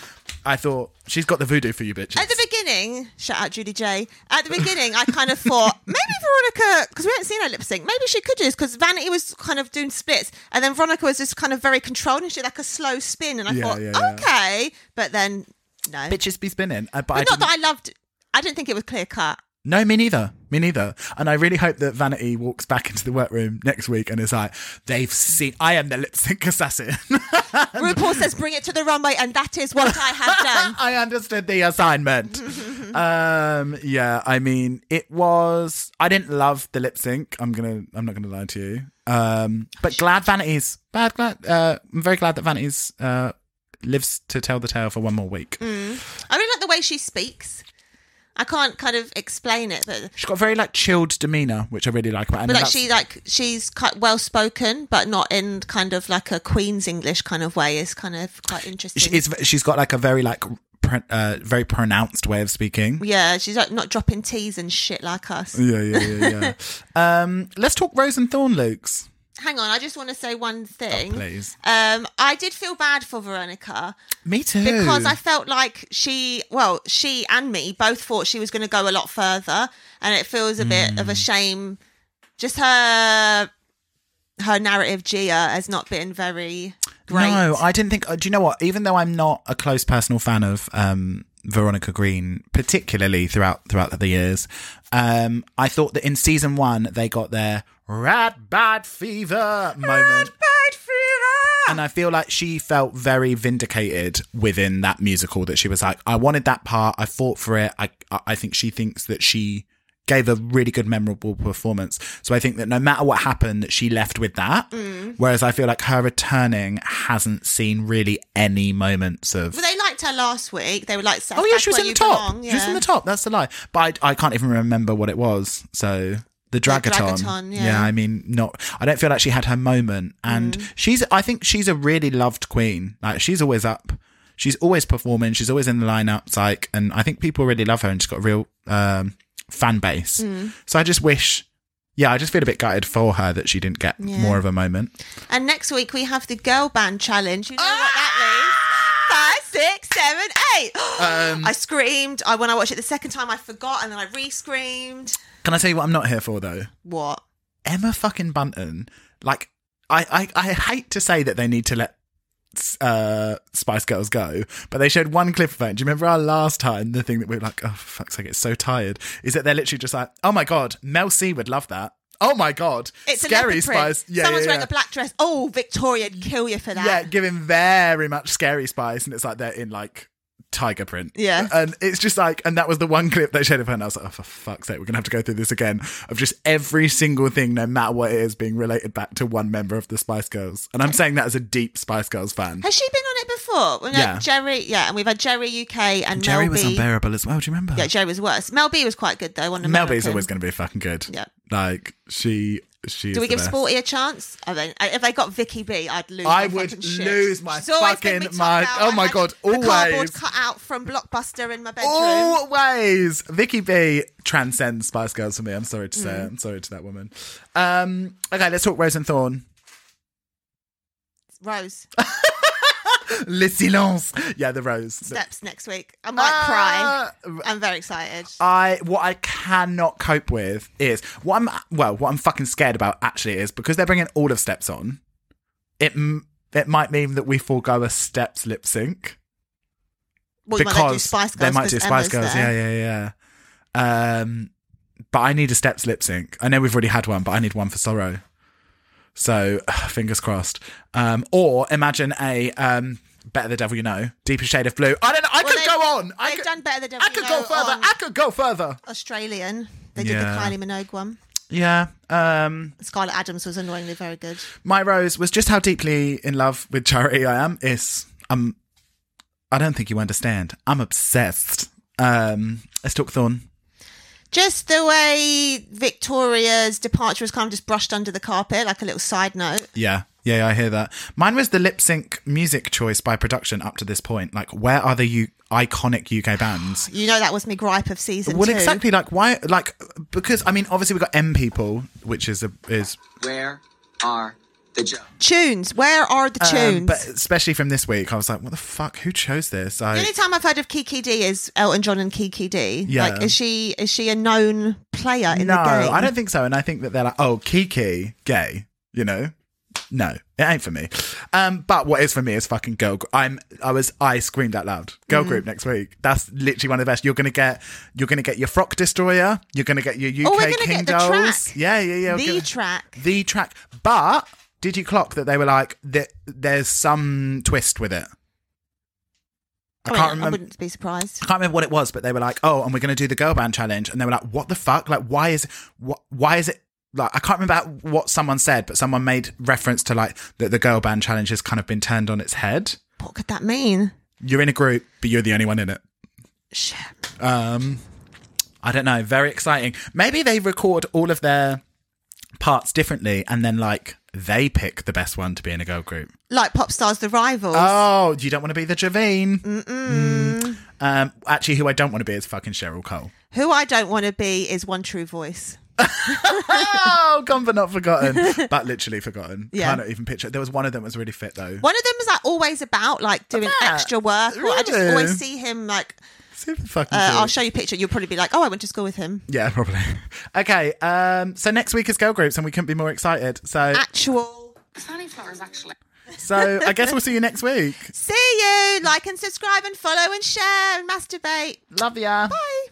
i thought she's got the voodoo for you bitch At the beginning, shout out Judy J. At the beginning, I kind of thought maybe Veronica, because we hadn't seen her lip sync, maybe she could do this because Vanity was kind of doing splits, and then Veronica was just kind of very controlled and she did like a slow spin, and I Yeah, thought yeah, yeah. okay, but then no, bitches be spinning uh, but I but not didn't- that I loved. I didn't think it was clear cut. No, me neither. Me neither. And I really hope that Vanity walks back into the workroom next week and is like, they've seen, I am the lip sync assassin. RuPaul says, "Bring it to the runway," and that is what I have done. I understood the assignment. um, yeah, I mean, it was, I didn't love the lip sync. I'm going to, I'm not going to lie to you. Um, but glad Vanity's, bad, glad, uh, I'm very glad that Vanity's, Mm. uh, lives to tell the tale for one more week. I really like the way she speaks. I can't kind of explain it, but She's got a very like chilled demeanor, which I really like about. her. And but like that's- she like she's quite well spoken, but not in kind of like a Queen's English kind of way. It's kind of quite interesting. she, it's, she's got like a very like pr- uh, very pronounced way of speaking. yeah, she's like not dropping T's and shit like us. Yeah, yeah, yeah, yeah. um, let's talk Rose and Thorn, Luke's. Hang on, I just want to say one thing. Oh, please. Um, I did feel bad for Veronica Me too. because I felt like she, well, she and me both thought she was going to go a lot further, and it feels a bit Hmm. of a shame. Just her, her narrative, Gia, has not been very great. No, I didn't think. uh, Do you know what? Even though I'm not a close personal fan of um, Veronica Green, particularly throughout throughout the years, um, I thought that in season one they got their rat bad fever moment. And I feel like she felt very vindicated within that musical that she was like, I wanted that part. I fought for it. I, I I think she thinks that she gave a really good, memorable performance. So I think that no matter what happened, that she left with that. Whereas I feel like her returning hasn't seen really any moments of. But they liked her last week. They were like, Oh yeah, she was in the top. Belong. She was in the top. That's the lie. But I, I can't even remember what it was. So the Dragaton. Dragaton, yeah. I mean, not. I don't feel like she had her moment. And Mm. she's. I think she's a really loved queen. Like she's always up. She's always performing. She's always in the lineups. Like, and I think people really love her, and she's got a real um, fan base. Mm. So I just wish. Yeah, I just feel a bit gutted for her that she didn't get more of a moment. And next week we have the girl band challenge. You know what Ah! that means? Five, six, seven, eight. Um, I screamed. I when I watched it the second time, I forgot, and then I re-screamed. Can I tell you what I'm not here for though? What? Emma fucking Bunton, like I, I, I hate to say that they need to let uh, Spice Girls go, but they showed one clip of it. Do you remember our last time? The thing that we were like, oh for fuck's sake, it's so tired. Is that they're literally just like, oh my god, Mel C would love that. Oh my god, It's scary a leopard print. Spice. Yeah, Someone's yeah, wearing yeah. a black dress. Oh, Victoria'd kill you for that. Yeah, giving very much scary spice, and it's like they're in like tiger print. Yeah. and it's just like, and that was the one clip they showed of her, and I was like, oh for fuck's sake, we're gonna have to go through this again of just every single thing, no matter what it is, being related back to one member of the Spice Girls. And I'm saying that as a deep Spice Girls fan. Has she been on it before? We've Yeah. had Jerry. Yeah, and we've had Jerry UK and Jerry Mel was B. unbearable as well. Do you remember? Yeah, Jerry was worse. Mel B was quite good though. On Mel American. B's always going to be fucking good. Yeah. like she she. Do we give Sporty a chance? I mean, if they got Vicky B, I'd lose. I my would fucking shit. lose my She's always gonna fucking be top mind. now. Oh I my had God, The always. Oh! cardboard cut out from Blockbuster in my bedroom. Always. Vicky B transcends Spice Girls for me. I'm sorry to say. Mm. it. I'm sorry to that woman. Um, okay, let's talk Rose and Thorn. Rose Le silence. Yeah, the rose. Uh, steps next week. I might Ah! cry. I'm very excited. I what I cannot cope with is what I'm well, what I'm fucking scared about actually is because they're bringing all of steps on. It m- it might mean that we forego a steps lip sync Well, you because might not do Spice Girls. they might do 'cause Spice Girls. Emma's there. Yeah, yeah, yeah. Um, but I need a steps lip sync. I know we've already had one, but I need one for Sorrow. So fingers crossed. Um, or imagine a um, Better the Devil You Know, Deeper Shade of Blue. I don't know. I Well, could they've- go on. I they've could, done Better the Devil I could You go Know further. on- I could go further. Australian. They did Yeah. the Kylie Minogue one. Yeah. Um, Scarlett Adams was annoyingly very good. my rose was just how deeply in love with charity I am. Is um, I don't think you understand. I'm obsessed. Um, let's talk Thorn. Just the way Victoria's departure was kind of just brushed under the carpet, like a little side note. Yeah. Yeah, I hear that. Mine was the lip sync music choice by production up to this point. Like, where are the U- iconic UK bands? You know that was my gripe of season well, two. exactly. Like, why? Like, because I mean, obviously we got M people, which is a is, Where are the jokes? Tunes. Where are the tunes? um, but especially from this week, I was like, what the fuck? Who chose this? I The only time I've heard of Kiki D is Elton John and Kiki D. Yeah. Like, is she is she a known player in no, the game? I don't think so. And I think that they're like, oh, Kiki, gay, you know? No, it ain't for me. Um, but what is for me is fucking girl. Gr- I'm. I was. I screamed out loud. Mm. Girl group next week. That's literally one of the best. You're gonna get. You're gonna get your frock destroyer. You're gonna get your UK Oh, we're gonna king get the dolls. track. Yeah, yeah, yeah. we're The gonna- track. The track. But did you clock that they were like that? There's some twist with it. I mean, can't remember. oh, wouldn't be surprised. I can't remember what it was, but they were like, "Oh, and we're going to do the girl band challenge," and they were like, "What the fuck? Like, why is what? Why is it?" Like, I can't remember what someone said, but someone made reference to like that the girl band challenge has kind of been turned on its head. What could that mean? You're in a group, but you're the only one in it. Shit. Um, I don't know. Very exciting. Maybe they record all of their parts differently and then like they pick the best one to be in a girl group. Like pop stars, the rivals. Oh, you don't want to be the Javine. Mm. Um, actually, who I don't want to be is fucking Cheryl Cole. Who I don't want to be is One True Voice. oh, gone but not forgotten. But literally forgotten. Yeah. Cannot even picture. it. There was one of them that was really fit though. One of them is like always about like doing extra work. Or I just Really? always see him like. Super fucking. Uh, cute. I'll show you a picture. You'll probably be like, "Oh, I went to school with him." yeah, probably. Okay. Um. So next week is girl groups, and we couldn't be more excited. So Ah. Actual. Sunny flowers, actually. so I guess we'll see you next week. See you. Like and subscribe and follow and share and masturbate. Love ya. Bye.